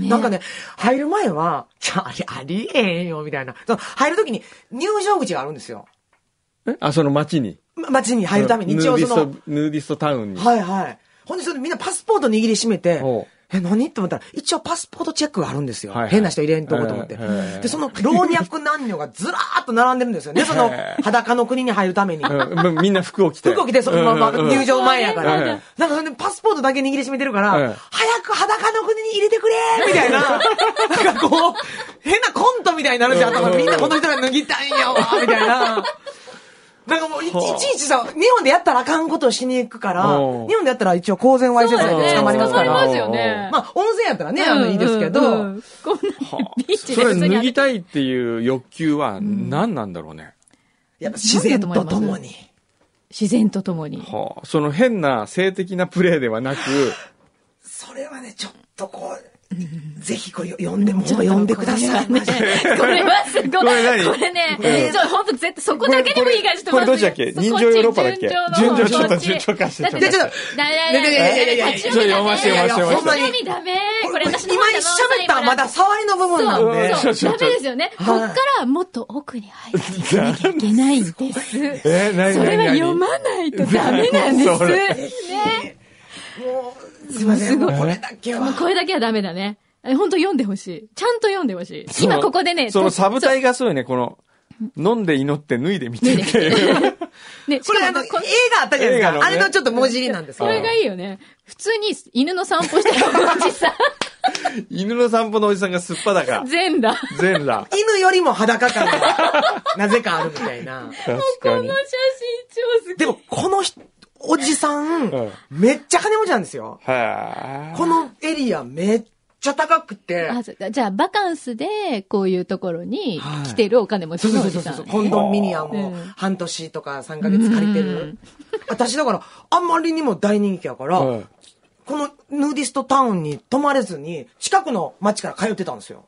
Speaker 5: なんかね、入る前は、いやあり、ありえんよ、みたいな。その入るときに入場口があるんですよ。
Speaker 3: えあ、その街に。
Speaker 5: ま街に入るために、
Speaker 3: ヌ
Speaker 5: 一
Speaker 3: ー
Speaker 5: 応
Speaker 3: ディ
Speaker 5: そ
Speaker 3: ス
Speaker 5: の
Speaker 3: ト、、ヌーディストタウンに。
Speaker 5: はいはい。ほんで、それでみんなパスポート握りしめて
Speaker 3: おう、
Speaker 5: え、何って思ったら、一応パスポートチェックがあるんですよ。
Speaker 3: はいはい
Speaker 5: 変な人入れんとこと思って。
Speaker 3: はいはいはい
Speaker 5: で、その老若男女がずらーっと並んでるんで
Speaker 3: (laughs)
Speaker 5: すよね。その裸の国に入るために。
Speaker 3: うんまみんな服を着て。
Speaker 5: 服を着て、そのまま
Speaker 3: うんうんうん
Speaker 5: 入場前やか
Speaker 3: うん
Speaker 5: ら。なんかそれでパスポートだけ握りしめてるから、
Speaker 3: うん
Speaker 5: 早く裸の国に入れてくれーみた
Speaker 4: (laughs)
Speaker 5: いな、なんかこう、変なコントみたいになるんですよ。頭みんなこの人が脱ぎたいんやわーみたいな。なんかもうい、い
Speaker 3: はあ
Speaker 5: ちいちさ、日本でやったらあかんことをしに行くから、
Speaker 3: う
Speaker 5: 日
Speaker 3: ん
Speaker 5: 本でやったら一応公然わいせつ罪で捕まりますか
Speaker 4: そうだ
Speaker 5: ら。
Speaker 4: ね捕まりますよね
Speaker 5: まあ、温泉やったらね、あの、いいですけど、
Speaker 4: うんうんうんこんなビーチ
Speaker 3: そ
Speaker 4: で
Speaker 3: れ
Speaker 4: 普通に
Speaker 3: 脱
Speaker 4: 歩い
Speaker 3: ぎ
Speaker 4: て
Speaker 3: たいっていう欲求は何なんだろうね。
Speaker 5: やっぱ自然とと
Speaker 4: なんだと
Speaker 5: も
Speaker 4: 思いま
Speaker 5: に。
Speaker 4: 自然とともに。
Speaker 3: はあ、その変な性的なプレーでは
Speaker 4: (laughs)
Speaker 3: なく、
Speaker 5: それはね、ちょっとこう、ぜひこれ読んで、もう読んでください。マジで
Speaker 4: これはすごい。こ
Speaker 3: れ何
Speaker 4: ね、ちょ、ほんと絶対そこだけでもいいからちょっと
Speaker 3: これこれどっちだっけ
Speaker 4: そこ
Speaker 3: 人情ヨーロッパだっけ
Speaker 4: 順調の
Speaker 3: 順調ちょっと順調化して
Speaker 5: (laughs)
Speaker 4: だって
Speaker 5: ちょっと
Speaker 4: だだだだ
Speaker 5: ねねねね
Speaker 4: だ立ち読み
Speaker 3: ちょっと読
Speaker 4: ダメ
Speaker 3: ませて読ませて読ませて
Speaker 4: 立ち読みダメこれ私の
Speaker 5: 今
Speaker 4: 本
Speaker 5: 喋
Speaker 4: だぞ
Speaker 5: ったらまだ触りの部分なんで。
Speaker 4: そう、
Speaker 3: ちょち
Speaker 4: そう、
Speaker 3: ょ
Speaker 4: ダ
Speaker 3: ちょ
Speaker 4: メですよね。こっからもっと奥に入っていかなきゃいけないんです。
Speaker 3: えー、何
Speaker 4: それは読まないとダメなんで
Speaker 3: そ
Speaker 4: す。
Speaker 3: れ
Speaker 4: ね。
Speaker 5: すいません、もう
Speaker 3: い
Speaker 5: これだけ
Speaker 4: もう
Speaker 5: は。
Speaker 4: これだけはダメだね。え本当読んでほしい。ちゃんと読んでほしい。今ここでね、
Speaker 3: その
Speaker 4: と
Speaker 3: サブタイがそうよね、この、飲んで祈って脱いでみてっていう。
Speaker 4: ね、し
Speaker 5: これ
Speaker 4: か
Speaker 5: あ
Speaker 4: も
Speaker 5: の、
Speaker 4: こ
Speaker 5: 映画あったじゃな
Speaker 3: 映
Speaker 5: いです
Speaker 3: 画の
Speaker 5: か。
Speaker 3: ね
Speaker 5: あれのちょっと文字入りなんですけ
Speaker 4: そ
Speaker 5: ど。
Speaker 4: れがいいよね。普通に犬の散歩してるおじさん、
Speaker 3: (laughs) 犬の散歩のおじさんがすっぱだか。
Speaker 4: 全裸。
Speaker 3: 全裸。
Speaker 5: 犬よりも裸感が、なぜかあるみたい
Speaker 3: (laughs)
Speaker 5: な。
Speaker 3: 確かに
Speaker 4: この。写真超好き。
Speaker 5: でも、この人、おじさ
Speaker 3: うん
Speaker 5: ん、めっちゃ金持ちなんですよ。
Speaker 3: はあ。
Speaker 5: このエリアめっちゃ高くて、
Speaker 4: あそうかじゃあ、バカンスで、こういうところに来てるお金持ち
Speaker 5: そうそ
Speaker 4: の
Speaker 5: う
Speaker 4: お
Speaker 5: そ
Speaker 4: じ
Speaker 5: うそ
Speaker 4: さ
Speaker 5: うそ
Speaker 4: ん
Speaker 5: う。。コンドミニア
Speaker 4: う
Speaker 5: ムを
Speaker 4: ん
Speaker 5: 半年とか3ヶ月借りて
Speaker 4: う
Speaker 5: る。私だから、あんまりにも大人気やから、
Speaker 3: うん
Speaker 5: このヌーディストタウンに泊まれずに、近くの町から通ってたんですよ。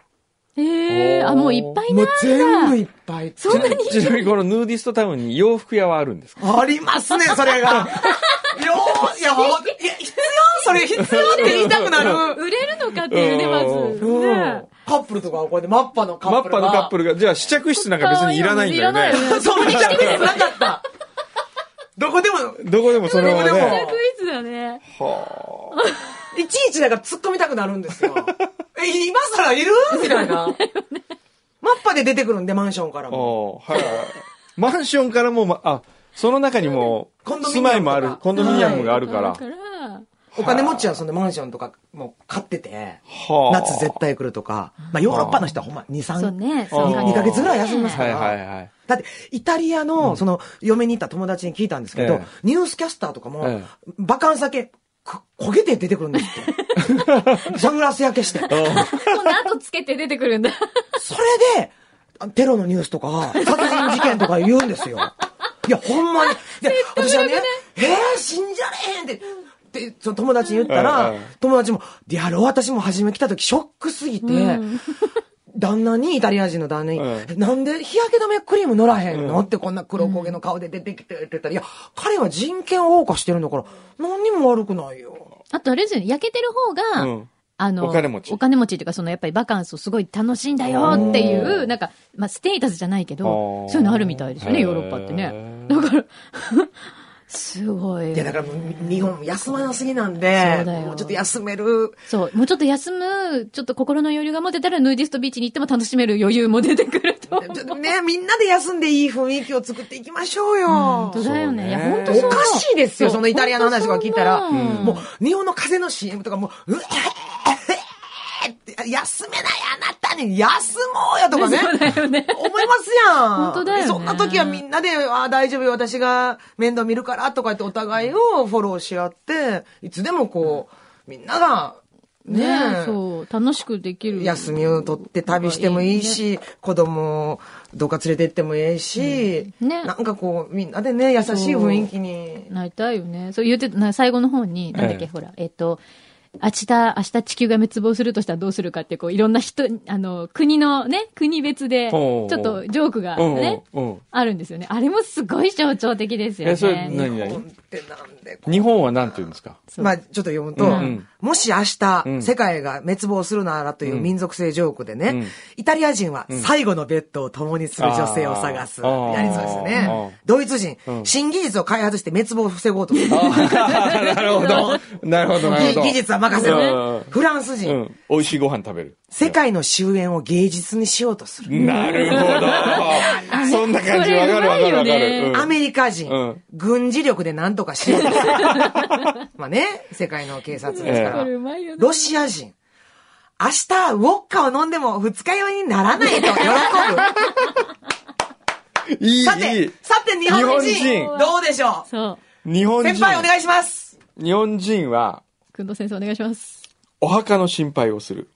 Speaker 4: ええあ、もういっぱいな
Speaker 5: もうん
Speaker 4: だ。
Speaker 5: 全部いっぱい。
Speaker 4: そんなに
Speaker 3: ちなみにこのヌーディストタウンに洋服屋はあるんですか
Speaker 5: ありますね、 (laughs) それが。よー、いや、ほんいや、必要それ必要って言いたくなる。
Speaker 4: 売れるのかっていうね、まず。
Speaker 5: うん
Speaker 4: ね
Speaker 5: カップルとか、こうやってマッパのカ
Speaker 3: マ
Speaker 5: ッ
Speaker 3: ッ
Speaker 5: プル
Speaker 3: パ
Speaker 5: が。
Speaker 3: のカップルが、じゃあ試着室なんか別にいらないんだよね
Speaker 4: いら。ないよね
Speaker 5: そんなカップルなかった。どこでも、
Speaker 3: どこでもそれは
Speaker 5: どこでも
Speaker 4: めっちゃ
Speaker 3: ね。
Speaker 4: クイズだね。
Speaker 5: いちいちだから突っ込みたくなるんですよ。 (laughs) え、今更いるみたいな。マッパで出てくるんで、マンションからも。
Speaker 3: おーはいはいはい。マンションからもう、まあ、その中にもう
Speaker 5: コンドミ
Speaker 3: 住
Speaker 5: ニアムとか
Speaker 3: まいもある、コンドミニアムがあるから。
Speaker 4: だから、
Speaker 5: お金持ちはそのマンションとかもう買ってて、
Speaker 3: はあ
Speaker 5: 夏絶対来るとか、まあヨーロッパの人はほんま2、3、
Speaker 4: そうね、そう
Speaker 3: あー
Speaker 5: 2ヶ月ぐらい休みますか
Speaker 3: はい
Speaker 5: ら。
Speaker 3: はいはい。
Speaker 5: だって、イタリアの、その、嫁に行った友達に聞いたんですけ
Speaker 3: え
Speaker 5: ど
Speaker 3: え、
Speaker 5: ニュースキャスターとかも
Speaker 3: ええ、
Speaker 5: バカンスだけ、こ焦げて出てくるんです
Speaker 3: (laughs)
Speaker 5: って。サングラス焼けし
Speaker 4: (laughs)
Speaker 5: て。
Speaker 4: この後つけて出てくるんだ。
Speaker 5: それで、あテロのニュースとか、殺人事件とか言うんですよ。いや、ほんまに。で、私はね、えー、死んじゃれへんって。で、その友達に言ったら
Speaker 3: うんうん、
Speaker 5: 友達も、ディアロ、私も初め来た時ショックすぎて、旦那に、イタリア人の旦那に、
Speaker 3: う
Speaker 5: なんで日焼け止めクリーム塗らへんの、ってこんな黒焦げの顔で出てきてって言ったら、いや、彼は人権を謳歌してるんだから、何にも悪くないよ。
Speaker 4: あとあれですよね、焼けてる方が、
Speaker 3: うん
Speaker 4: あの、
Speaker 3: お金持ち
Speaker 4: お金持ちっていうか、そのやっぱりバカンスをすごい楽しんだよっていう、なんか、まあ、ステータスじゃないけど
Speaker 3: あー、
Speaker 4: そういうのあるみたいですよ
Speaker 3: へ
Speaker 4: ね、
Speaker 3: ー
Speaker 4: ヨーロッパってね。だから、すごい。
Speaker 5: いや、だからもう、日本休まなすぎなん
Speaker 4: そ
Speaker 5: で、
Speaker 4: うだよ
Speaker 5: もうちょっと休める
Speaker 4: そう、もうちょっと休む、ちょっと心の余裕が持てたら、ヌーディストビーチに行っても楽しめる余裕も出てくると。
Speaker 5: (laughs) ちょっとね、みんなで休んでいい雰囲気を作っていきましょうよ。
Speaker 4: 本当だよね。いや、
Speaker 3: そうね
Speaker 4: 本当
Speaker 5: おかしいですよ、そのイタリアの話とか聞いたら。
Speaker 4: 本当そう思う
Speaker 5: もう、日本の風の CM とかもう、うえーって休めないあなたに休もうよとかね。
Speaker 4: そうだよね。
Speaker 5: 思いますやん。
Speaker 4: 本当だよね
Speaker 5: そんな時はみんなで、ああ、大丈夫よ、私が面倒見るから、とか言ってお互いをフォローし合って、いつでもこう、みんなが、ね
Speaker 4: ねえそう、楽しくできる。
Speaker 5: 休みを取って旅してもいいし、子供をどっか連れて行ってもええし、
Speaker 4: うんね
Speaker 5: なんかこう、みんなでね、優しい雰囲気に。
Speaker 4: なりたいよね。そう言ってた、な最後の方に、なんだっけ、
Speaker 3: ええ
Speaker 4: ほら、えっと、明日、明日地球が滅亡するとしたらどうするかって、こう、いろんな人、あの、国のね、国別で、ち
Speaker 3: ほう
Speaker 4: ょっとジョークがね
Speaker 3: うんうんうん、
Speaker 4: あるんですよね。あれもすごい象徴的ですよ
Speaker 3: え、それ
Speaker 4: ね。
Speaker 3: 何
Speaker 5: 日本っ
Speaker 3: 何
Speaker 5: てなんでこう
Speaker 3: 日本は何て言うんですか
Speaker 4: そう
Speaker 5: まあ、ちょっと読むと、
Speaker 3: うん
Speaker 5: もし明日、
Speaker 3: うん
Speaker 5: 世界が滅亡するならという民族性ジョークでね、
Speaker 3: うん
Speaker 5: イタリア人は最後のベッドを共にする女性を探
Speaker 3: あ
Speaker 5: す。
Speaker 3: ー
Speaker 5: やりそうですよ
Speaker 3: あー
Speaker 5: ね。ドイツ人、
Speaker 3: うん
Speaker 5: 新技術を開発して滅亡を防ごうとす
Speaker 3: (laughs)
Speaker 5: る。
Speaker 3: なるほど。なるほど、なるほど。
Speaker 5: 技術は任せ
Speaker 3: うん
Speaker 5: る。フランス
Speaker 3: う
Speaker 5: 人、
Speaker 3: ん。美味しいご飯食べる。
Speaker 5: 世界の終焉を芸術にしようとする。
Speaker 3: なる
Speaker 5: (laughs)
Speaker 3: ほど。そんな感じ、わかるわかるわかる。うん
Speaker 5: アメリカ人、
Speaker 3: うん
Speaker 5: 軍事力で何とかしようと
Speaker 3: (laughs)
Speaker 5: する。まあね、世界の警察ですから。
Speaker 4: これうまいよね。
Speaker 5: ロシア人。明日、ウォッカを飲んでも二日酔いにならない
Speaker 3: (laughs)
Speaker 5: と喜ぶ。
Speaker 3: いい、
Speaker 5: さ
Speaker 3: い
Speaker 5: て
Speaker 3: い、。
Speaker 5: さて日本人。
Speaker 3: 日本
Speaker 4: 人
Speaker 5: どうでしょ
Speaker 4: そう。
Speaker 3: 日
Speaker 5: う
Speaker 3: 本
Speaker 5: 先輩お
Speaker 3: 人、
Speaker 5: 願いします。
Speaker 3: 日本人は、
Speaker 4: くんど先生お願いします。
Speaker 3: お墓の心配をする。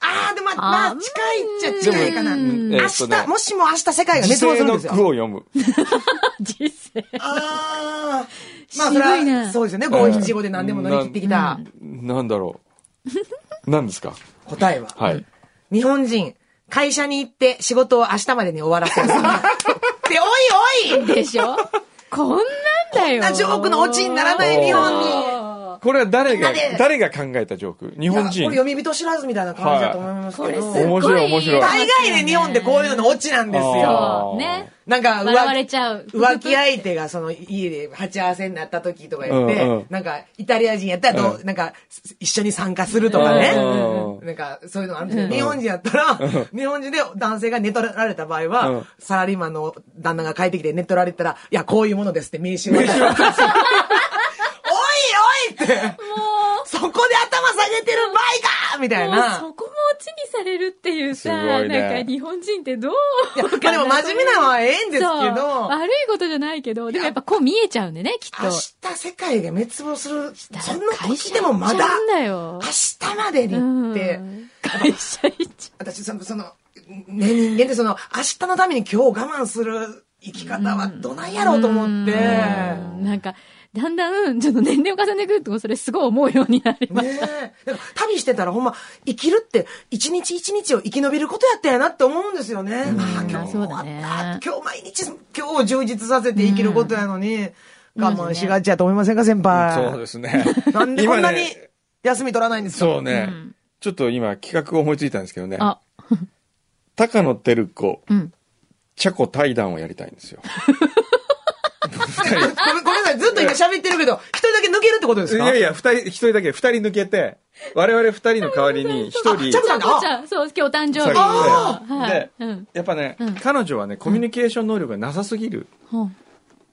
Speaker 5: あー、でも、ま
Speaker 4: あ
Speaker 5: あ、
Speaker 4: ー
Speaker 5: 近いっちゃ近いかな。
Speaker 3: でもうん
Speaker 5: 明
Speaker 3: えーっとね
Speaker 5: 日、もしも明日世界が
Speaker 3: 自生
Speaker 5: 滅亡するん
Speaker 3: の
Speaker 5: です
Speaker 3: 句
Speaker 5: よ
Speaker 3: を。読む。
Speaker 4: 人生。
Speaker 5: あーまあ、それ
Speaker 4: 渋いな
Speaker 5: は、そうですよね。五七五で何でも乗り切ってきた
Speaker 3: なんだろ
Speaker 5: (laughs)
Speaker 3: う。何ですか
Speaker 5: 答えは。
Speaker 3: はい。
Speaker 5: 日本人、会社に行って仕事を明日 (laughs) までに終わらせる。で、おいおい
Speaker 4: でしょこんなんだよ。
Speaker 5: こんなジョークのオチにならない日本に。
Speaker 3: これは誰が
Speaker 5: みんなで、
Speaker 3: 誰が考えたジョーク日本
Speaker 5: いや
Speaker 3: 人
Speaker 5: これ。読み人知らずみたいな感じだと思いますけど。
Speaker 4: これす
Speaker 3: 面白い面白い。
Speaker 5: 大概で日本ってこういうののオチなんです
Speaker 3: あ
Speaker 5: よ。
Speaker 4: そう。ね。
Speaker 5: なんか浮
Speaker 4: 笑われち
Speaker 5: 気、
Speaker 4: ゃう。
Speaker 5: 浮気相手がその家で鉢合わせになった時とか言っ
Speaker 3: うんうん
Speaker 5: て、なんかイタリア人やったらど
Speaker 3: う
Speaker 5: う、なんか一緒に参加するとかね。
Speaker 3: うん
Speaker 5: なんかそういうのあるんですけど、日本人やったら、日本人で男性が寝取られた場合
Speaker 3: う
Speaker 5: は
Speaker 3: ん、
Speaker 5: サラリーマンの旦那が帰ってきて寝取られたら、いや、こういうものですって名刺を渡す。おい
Speaker 3: (laughs)
Speaker 5: おいって、そこで頭下げてる場合かみたい
Speaker 4: もう
Speaker 5: な。
Speaker 4: そこもオチにされるっていう
Speaker 3: す
Speaker 4: さ、
Speaker 3: ごいね
Speaker 4: なんか日本人ってどう
Speaker 5: いやまあでも真面目なのはええんですけど
Speaker 4: そう悪いことじゃないけど、でもやっぱこう見えちゃうんでね、きっと。
Speaker 5: 明日世界が滅亡する、そんな時でもま
Speaker 4: 会
Speaker 5: だ
Speaker 4: 社行っちゃ、うんだよ
Speaker 5: 明。日までにって、
Speaker 4: うん会社行っちゃ
Speaker 5: 私その、その、ね、人間ってその、明日のために今日我慢する生き方はどないやろうと思って、
Speaker 4: う。なんか、だんだん、ちょっと年齢を重ねてくると、それすごい思うようになりま
Speaker 5: ね
Speaker 4: し
Speaker 5: え
Speaker 4: た。。
Speaker 5: なんか旅してたらほんま、生きるって、一日一日を生き延びることやったんやなって思うんですよね。ああ、今日
Speaker 4: そう
Speaker 5: 終わ
Speaker 4: だ
Speaker 5: った。
Speaker 4: ね
Speaker 5: 今日毎日、今日を充実させて生きることやのに、我慢しがちやと思いませんか、先輩。
Speaker 3: そうですね。
Speaker 5: なんでこんなに
Speaker 3: 今ね
Speaker 5: 休み取らないんですか
Speaker 3: そうね、ちょっと今企画を思いついたんですけどね。
Speaker 4: あ、
Speaker 3: 高野照子、
Speaker 4: うん。
Speaker 3: チャコ対談をやりたいんですよ。
Speaker 5: ごめんごめんなさい、ずっと今喋ってるけど、一人だけ抜けるってことです
Speaker 3: い
Speaker 5: か
Speaker 3: やいや、二人、一人だけ、二人抜けて、我々二人の代わりに一人、
Speaker 5: チャコさん
Speaker 4: お
Speaker 5: だ
Speaker 4: ちゃん、そう、今日誕生日。
Speaker 3: あー
Speaker 4: はい
Speaker 3: で。
Speaker 4: うん。
Speaker 3: やっぱね、
Speaker 4: うん
Speaker 3: 彼女はね、コミュニケーション能力がなさすぎる。
Speaker 4: ほん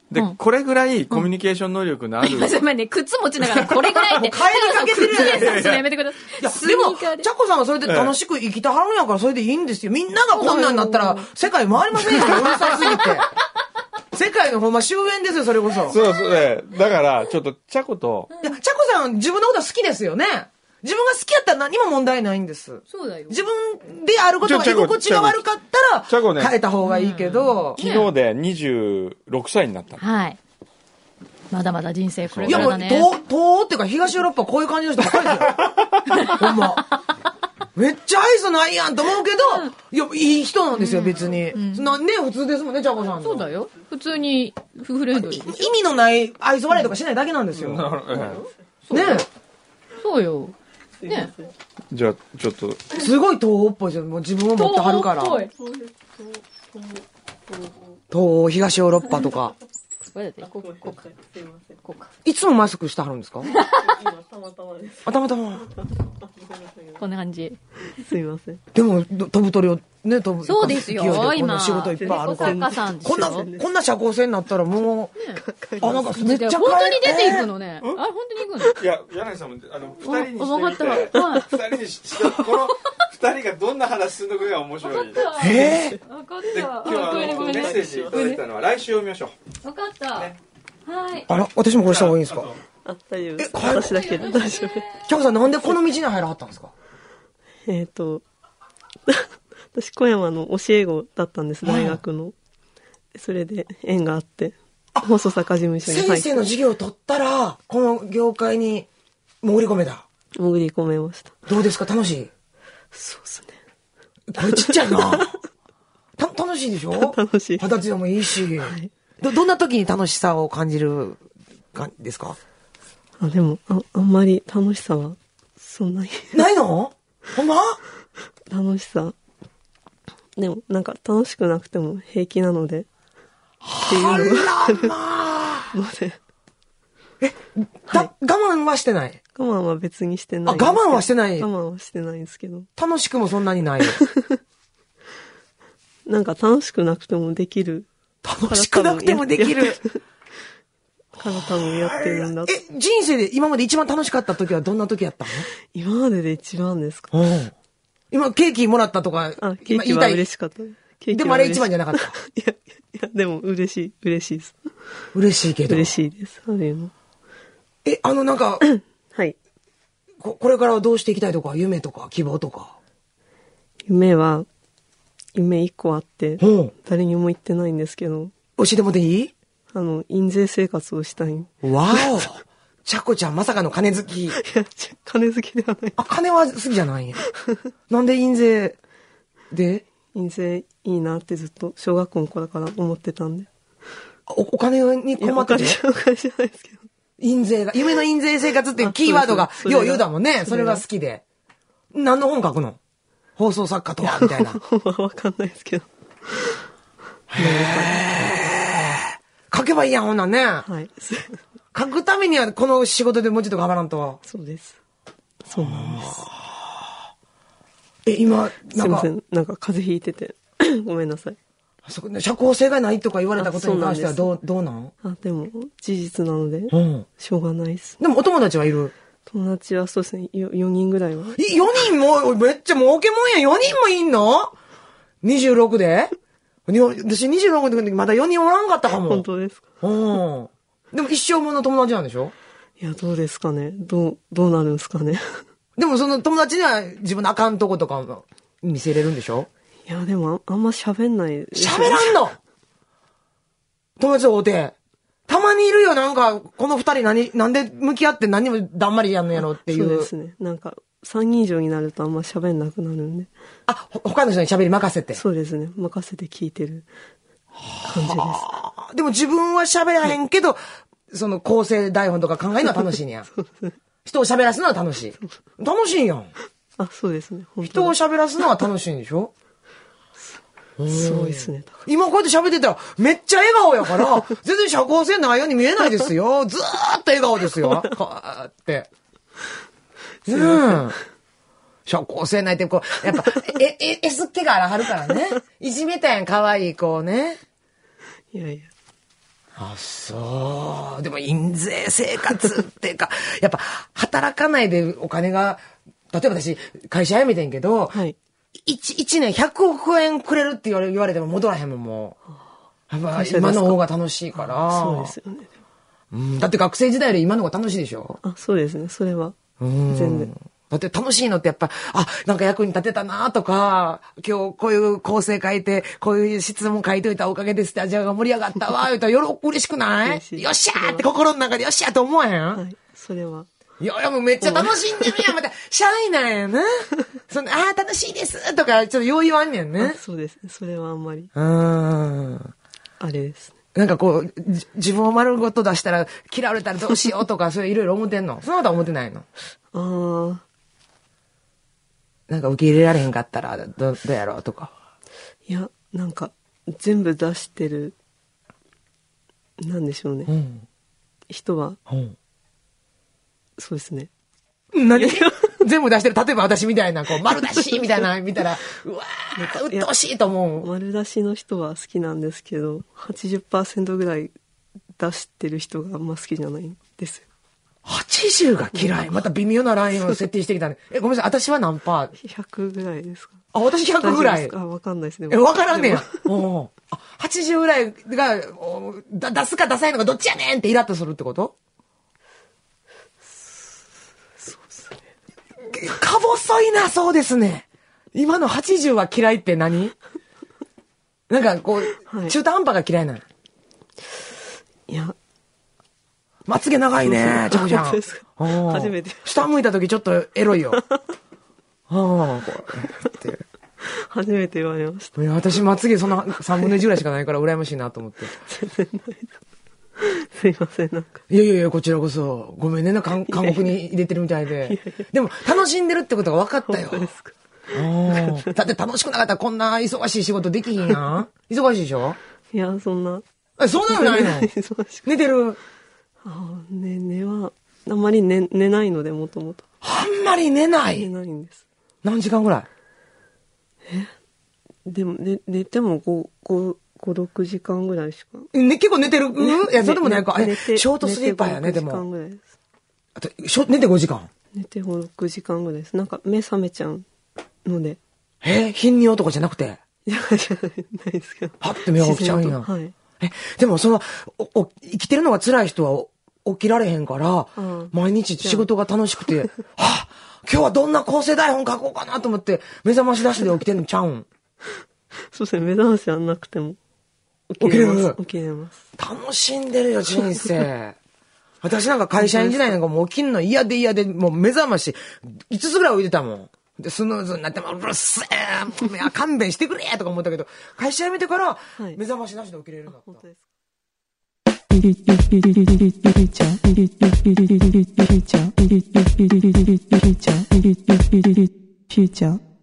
Speaker 3: で、
Speaker 4: うん
Speaker 3: これぐらいコミュニケーション能力のある、 (laughs)
Speaker 4: まあね、靴持ちながらこれぐらいって。
Speaker 5: もう帰りかけてるじゃ (laughs) ないですか
Speaker 4: 靴ですやめてください。
Speaker 5: いや、
Speaker 4: ス
Speaker 5: で
Speaker 4: ニ
Speaker 5: も、
Speaker 4: ーカーで
Speaker 5: チャコさんはそれで楽しく生きてはるんやから、それでいいんですよ。みんながこんなんなったら、世界回りませんよ、うるさすぎて。世界のほんま終焉ですよ、それこそ。
Speaker 3: そうそう、ね、だから、ちょっと、チャコと、
Speaker 5: いや、チャコさん、自分のことは好きですよね。自分が好きやったら何も問題ないんです。
Speaker 4: そうだよ。
Speaker 5: 自分であることが
Speaker 3: ち
Speaker 5: 居
Speaker 3: ょチャコ
Speaker 5: 心地が悪かったら、
Speaker 3: チャコね
Speaker 5: 変えた方がいいけど、
Speaker 3: 昨日で26歳になったの。
Speaker 4: はい。まだまだ人生これ
Speaker 5: い
Speaker 4: か
Speaker 5: やもう、
Speaker 4: らだ
Speaker 5: 東
Speaker 4: ね。
Speaker 5: 東欧っていうか東ヨーロッパこういう感じの人ばっかりです
Speaker 4: (laughs)
Speaker 5: よ。ほんま。めっちゃ愛想ないやんと思うけど、いや、いい人なんですよ、別に。なんね、普通ですもんね、ちゃこさんの。
Speaker 4: そうだよ。普通に、フレンドリーでしょ
Speaker 5: 意味のない愛想笑いとかしないだけなんですよ。ね
Speaker 4: そうよ。ね。
Speaker 3: じゃあ、ちょっと、
Speaker 5: すごい東欧っぽいですよ。もう自分を持ってはるから。
Speaker 4: 東
Speaker 5: 東
Speaker 4: 欧っぽい
Speaker 5: 欧、東ヨーロッパと
Speaker 4: (laughs)
Speaker 5: か。
Speaker 4: これだってこうこうかこうか
Speaker 5: いつもマスクしてはるんで
Speaker 4: (laughs)
Speaker 5: すかあ、たまたま。
Speaker 4: こんな感じ。すいません。
Speaker 5: でも、ど飛ぶ鳥を、ね、飛ぶ。
Speaker 4: そうですよ
Speaker 5: 勢いこんな
Speaker 4: 今
Speaker 5: 仕事いっぱいあるから。
Speaker 4: 猫作家さんでしょ
Speaker 5: こんな、こんな社交性になったらもう、あ、なんかめっちゃ
Speaker 4: 本当に出ていくのね。あ、本当に行くの
Speaker 3: いや、柳井さんも、あの、二人に
Speaker 4: わかっ
Speaker 3: して
Speaker 4: た
Speaker 3: み
Speaker 4: わ
Speaker 3: て、
Speaker 4: はい
Speaker 3: 二人にして、この二人がどんな話するのかが面白い。で、
Speaker 5: えー
Speaker 4: わかっ
Speaker 3: 今
Speaker 4: た。
Speaker 3: 日は
Speaker 4: あ
Speaker 3: あ
Speaker 4: ごめんね
Speaker 3: の
Speaker 4: ごめ
Speaker 3: メ
Speaker 4: んね
Speaker 3: ッセージいただいたのは来週読みましょう。
Speaker 4: わかった。はい。
Speaker 5: あら、私もこれした方がいいんですか
Speaker 6: あ、大丈夫です。
Speaker 5: え帰る
Speaker 6: 私だけで大丈夫。
Speaker 5: キャコさんなんでこの道に入らはったんですか
Speaker 6: えっと、 (laughs) 私、小山の教え子だったんです、大学の。それで縁があって、放送作家事務所に入
Speaker 5: 先
Speaker 6: っ
Speaker 5: 生
Speaker 6: て
Speaker 5: の授業を取ったら、この業界に潜り込めた。
Speaker 6: 潜り込めました。
Speaker 5: どうですか楽しい
Speaker 6: そうですね。
Speaker 5: これちっちゃい (laughs) な。た、楽しいでしょ
Speaker 6: 楽しい
Speaker 5: 二十歳でもいいし。ど、どんな時に楽しさを感じるか、ですか
Speaker 6: あ、でもあ、あんまり楽しさはそんなに (laughs)
Speaker 5: ないのほんま
Speaker 6: 楽しさ。でも、なんか楽しくなくても平気なので。っていうのがある (laughs) ので。
Speaker 5: だ、我慢はしてない。
Speaker 6: 我慢は別にしてないんです
Speaker 5: あ
Speaker 6: けど。
Speaker 5: 我慢はしてない
Speaker 6: 我慢はしてないんですけど。
Speaker 5: 楽しくもそんなにない。
Speaker 6: なんか楽しくなくてもできる
Speaker 5: (laughs) 楽しくなくてもできる。
Speaker 6: から多分やってるんだと。
Speaker 5: え、人生で今まで一番楽しかった時はどんな時やった
Speaker 6: 今までで一番ですか
Speaker 5: のうん。今、ケーキもらったとか
Speaker 6: あ、、ケー
Speaker 5: 今
Speaker 6: キ
Speaker 5: 言い
Speaker 6: は
Speaker 5: たい
Speaker 6: 嬉。しかった。ケーキは嬉しい
Speaker 5: でもあれ一番じゃなかった。
Speaker 6: いや、いや、でも嬉しい、嬉しいです。
Speaker 5: 嬉しいけど。
Speaker 6: 嬉しいです。ああいうの。
Speaker 5: え、あのなんか、
Speaker 6: はい。
Speaker 5: ここれからはどうしていきたいとか、夢とか、希望とか。
Speaker 6: 夢は、夢一個あって
Speaker 5: うん、
Speaker 6: 誰にも言ってないんですけど、
Speaker 5: 教えてもらっていい
Speaker 6: あの、印税生活をしたい。い
Speaker 5: わおちゃこちゃんまさかの金好き。
Speaker 6: や、ち金好きではない。
Speaker 5: あ、金は好きじゃないんや。なんで印税で
Speaker 6: 印税いいなってずっと小学校の頃から思ってたんで。
Speaker 5: おお金に
Speaker 6: いや、
Speaker 5: 困
Speaker 6: お
Speaker 5: って
Speaker 6: 金
Speaker 5: て
Speaker 6: じ。ゃ、お金じゃないですけど。 (laughs)
Speaker 5: 印税が、夢の印税生活っていうキーワードが
Speaker 6: あ、そうです
Speaker 5: よう言うだもんね。そ
Speaker 6: そ
Speaker 5: れ
Speaker 6: れ
Speaker 5: が
Speaker 6: が
Speaker 5: 好きで。何の本書くの放送作家とは、みたいな。
Speaker 6: わかんないですけど。
Speaker 5: 書けばいいやん、ほんなんね。
Speaker 6: はい。
Speaker 5: 書くためには、この仕事でもうちょっと頑張らんと。
Speaker 6: そうです。そうなんです。
Speaker 5: え、今、
Speaker 6: す
Speaker 5: ないん
Speaker 6: ま
Speaker 5: か
Speaker 6: せ、ん。なんか風邪ひいて (coughs) て。ごめんなさい。
Speaker 5: そこ社交性がないとか言われたことに関しては
Speaker 6: あそう
Speaker 5: どう、どうなん
Speaker 6: あ、でも、事実なので、
Speaker 5: うん。
Speaker 6: しょうがないです。
Speaker 5: でもお友達はいる。
Speaker 6: 友達はそうですね、よ4人ぐらいは。
Speaker 5: い4人も、めっちゃ儲けもんやん。4人もいんの ?26 でに私26の時まだ4人おらんかったかも。
Speaker 6: 本当ですか
Speaker 5: うん。でも一生もの友達なんでしょ
Speaker 6: いや、どうですかねどう、どうなるんですかね (laughs)
Speaker 5: でもその友達には自分のあかんとことかも見せれるんでしょ
Speaker 6: いや、でもあ、あんま喋んないですよ
Speaker 5: 喋らんの友達と会うて。たまにいるよ、なんか、この二人何、なんで向き合って何もだんまりやんのやろってい
Speaker 6: そう
Speaker 5: う。
Speaker 6: ですね。なんか、3人以上になるとあんま喋んなくなるんで。
Speaker 5: あ、ほ他の人に喋り任せて。
Speaker 6: そうですね。任せて聞いてる感じです。
Speaker 5: あでも自分は喋らへんけど、その構成台本とか考えるのは楽しいん
Speaker 6: (laughs)
Speaker 5: や。人を喋らすのは楽しい。楽しいんやん。
Speaker 6: あ、そうですね。本
Speaker 5: 人を
Speaker 6: 当だ
Speaker 5: 喋らすのは楽しいんでしょ
Speaker 6: すごいですね。
Speaker 5: 今こうやって喋ってたら、めっちゃ笑顔やから、全然社交性ないように見えないですよ。ずーっと笑顔ですよ。こうやって。ねえ。社交性ないって、こう、やっぱ、え、え、えすっ気があらはるからね。いじめたやん、可愛い子ね。
Speaker 6: いやいや。
Speaker 5: あ、そう。でも、印税生活っていうか、やっぱ、働かないでお金が、例えば私、会社辞めてんけど、
Speaker 6: はい。
Speaker 5: 一一年100億円くれるって言われ言われても戻らへんもん、もう。やっぱ
Speaker 6: 会社ですか
Speaker 5: 今の方が楽しいから。
Speaker 6: そうですよね。
Speaker 5: うんだって学生時代より今の方が楽しいでしょ
Speaker 6: あ、そうですね。それは。全然。
Speaker 5: だって楽しいのってやっぱ、あ、なんか役に立てたなとか、今日こういう構成書いて、こういう質問書いといたおかげでスタジオが盛り上がった
Speaker 6: (laughs)
Speaker 5: わ、言うたらよろ嬉しくない
Speaker 6: 嬉しい
Speaker 5: よっしゃーって心の中でよっしゃーって思わへん、
Speaker 6: はい。それは。
Speaker 5: いや、いやもうめっちゃ楽しんでるやん。また、シャイなんやな。その、ああ、楽しいですとか、ちょっと余裕あんねん
Speaker 6: あ
Speaker 5: ね。
Speaker 6: そうですね。それはあんまり、
Speaker 5: うーん。
Speaker 6: あれですね。
Speaker 5: なんかこう、じ自分を丸ごと出したら嫌われたらどうしよう (laughs) とか、そういういろいろ思ってんの。そんなことは思ってないの。
Speaker 6: あー。
Speaker 5: なんか受け入れられへんかったら、ど、どうやろうとか。
Speaker 6: いや、なんか、全部出してる、なんでしょうね。
Speaker 5: ん
Speaker 6: 人は、
Speaker 5: うん
Speaker 6: そうですね。
Speaker 5: 何全部出してる。例えば私みたいな、こう、丸出しみたい (laughs) な、見たら、うわー、うっとうしいと思う。
Speaker 6: 丸出しの人は好きなんですけど、80%ぐらい出してる人があんま好きじゃないんですよ。
Speaker 5: 80が嫌い。また微妙なラインを設定してきたね。え、ごめんなさい。私は何パー
Speaker 6: 100ぐらいですか
Speaker 5: あ、私100ぐら
Speaker 6: 大丈夫で
Speaker 5: い
Speaker 6: す。かあ、わかんないですね。
Speaker 5: え、わからんね
Speaker 6: で
Speaker 5: や
Speaker 6: も。
Speaker 5: おうあ80ぐらいが、おうだ出すか出さないのかどっちやねんってイラッとするってことそうですね。か細いな、そうですね。今の80は嫌いって何なんかこう、
Speaker 6: はい
Speaker 5: 中途半端が嫌いなの。
Speaker 6: いや、
Speaker 5: まつげ長い
Speaker 6: (laughs)
Speaker 5: ね、ちゃこちゃん
Speaker 6: 本当ですか。
Speaker 5: おう
Speaker 6: 初めて
Speaker 5: 下向いた時ちょっとエロ
Speaker 6: (laughs)
Speaker 5: いよ。ああ、こうやって。
Speaker 6: 初めて言われました。
Speaker 5: いや、私、まつげそんな3分の1ぐらいしかないから羨ましいなと思って。
Speaker 6: すいません、なんか。
Speaker 5: いやいやいや、こちらこそ。ごめんね、なんか韓
Speaker 6: (laughs)
Speaker 5: 韓国に入れてるみたいで。でも、楽しんでるってことが分かったよ。
Speaker 6: (laughs) そうですか。
Speaker 5: うんだって楽しくなかったらこんな忙しい仕事できひんやん。忙しいでしょ
Speaker 6: いや、そんな。
Speaker 5: え、そんなの
Speaker 6: (laughs)
Speaker 5: ないの
Speaker 6: 忙しく。
Speaker 5: 寝てる。
Speaker 6: あーね、寝は、あんまり寝、寝ないので、もともと。
Speaker 5: あんまり寝な
Speaker 6: 寝
Speaker 5: い。
Speaker 6: ないんです。
Speaker 5: 何時間ぐらい
Speaker 6: でも、ね、寝ても5、5、5、6時間ぐらいしか。
Speaker 5: ね、結構寝てる、うん、いや、それでもないか。あ
Speaker 6: 寝
Speaker 5: れ、シ
Speaker 6: て
Speaker 5: ョートスリーパーやね、
Speaker 6: 寝て
Speaker 5: で
Speaker 6: 5 6時間
Speaker 5: も。
Speaker 6: ぐらいです
Speaker 5: あと、ショ寝て5時間。
Speaker 6: 寝て5、6時間ぐらいです。なんか目覚めちゃうので。 (laughs)
Speaker 5: え、貧乳男じゃなくて。
Speaker 6: いや、じゃないですけど。
Speaker 5: はって目が起きちゃうんや
Speaker 6: 自然とはい。
Speaker 5: え、でもその、お、お、生きてるのが辛い人はお起きられへんから、
Speaker 6: うん
Speaker 5: 毎日仕事が楽しくて、はあ、今日はどんな構成台本書こうかなと思って、目覚まし出しで起きてんのちゃうん。
Speaker 6: そうですね、目覚ましはなくても。
Speaker 5: 起きれる
Speaker 6: ます。起きれます。
Speaker 5: 楽しんでるよ、人
Speaker 6: (laughs)
Speaker 5: 生。私なんか会社員時代なんかもう起きんの嫌で嫌で、もう目覚まし、5つぐらい置いてたもん。で、スヌーズになっても、うるっせえもういや勘弁してくれとか思ったけど、会社辞めてから
Speaker 6: い、
Speaker 5: 目覚ましなしで起きれるんだった。
Speaker 6: 本当ですか
Speaker 7: フューチャー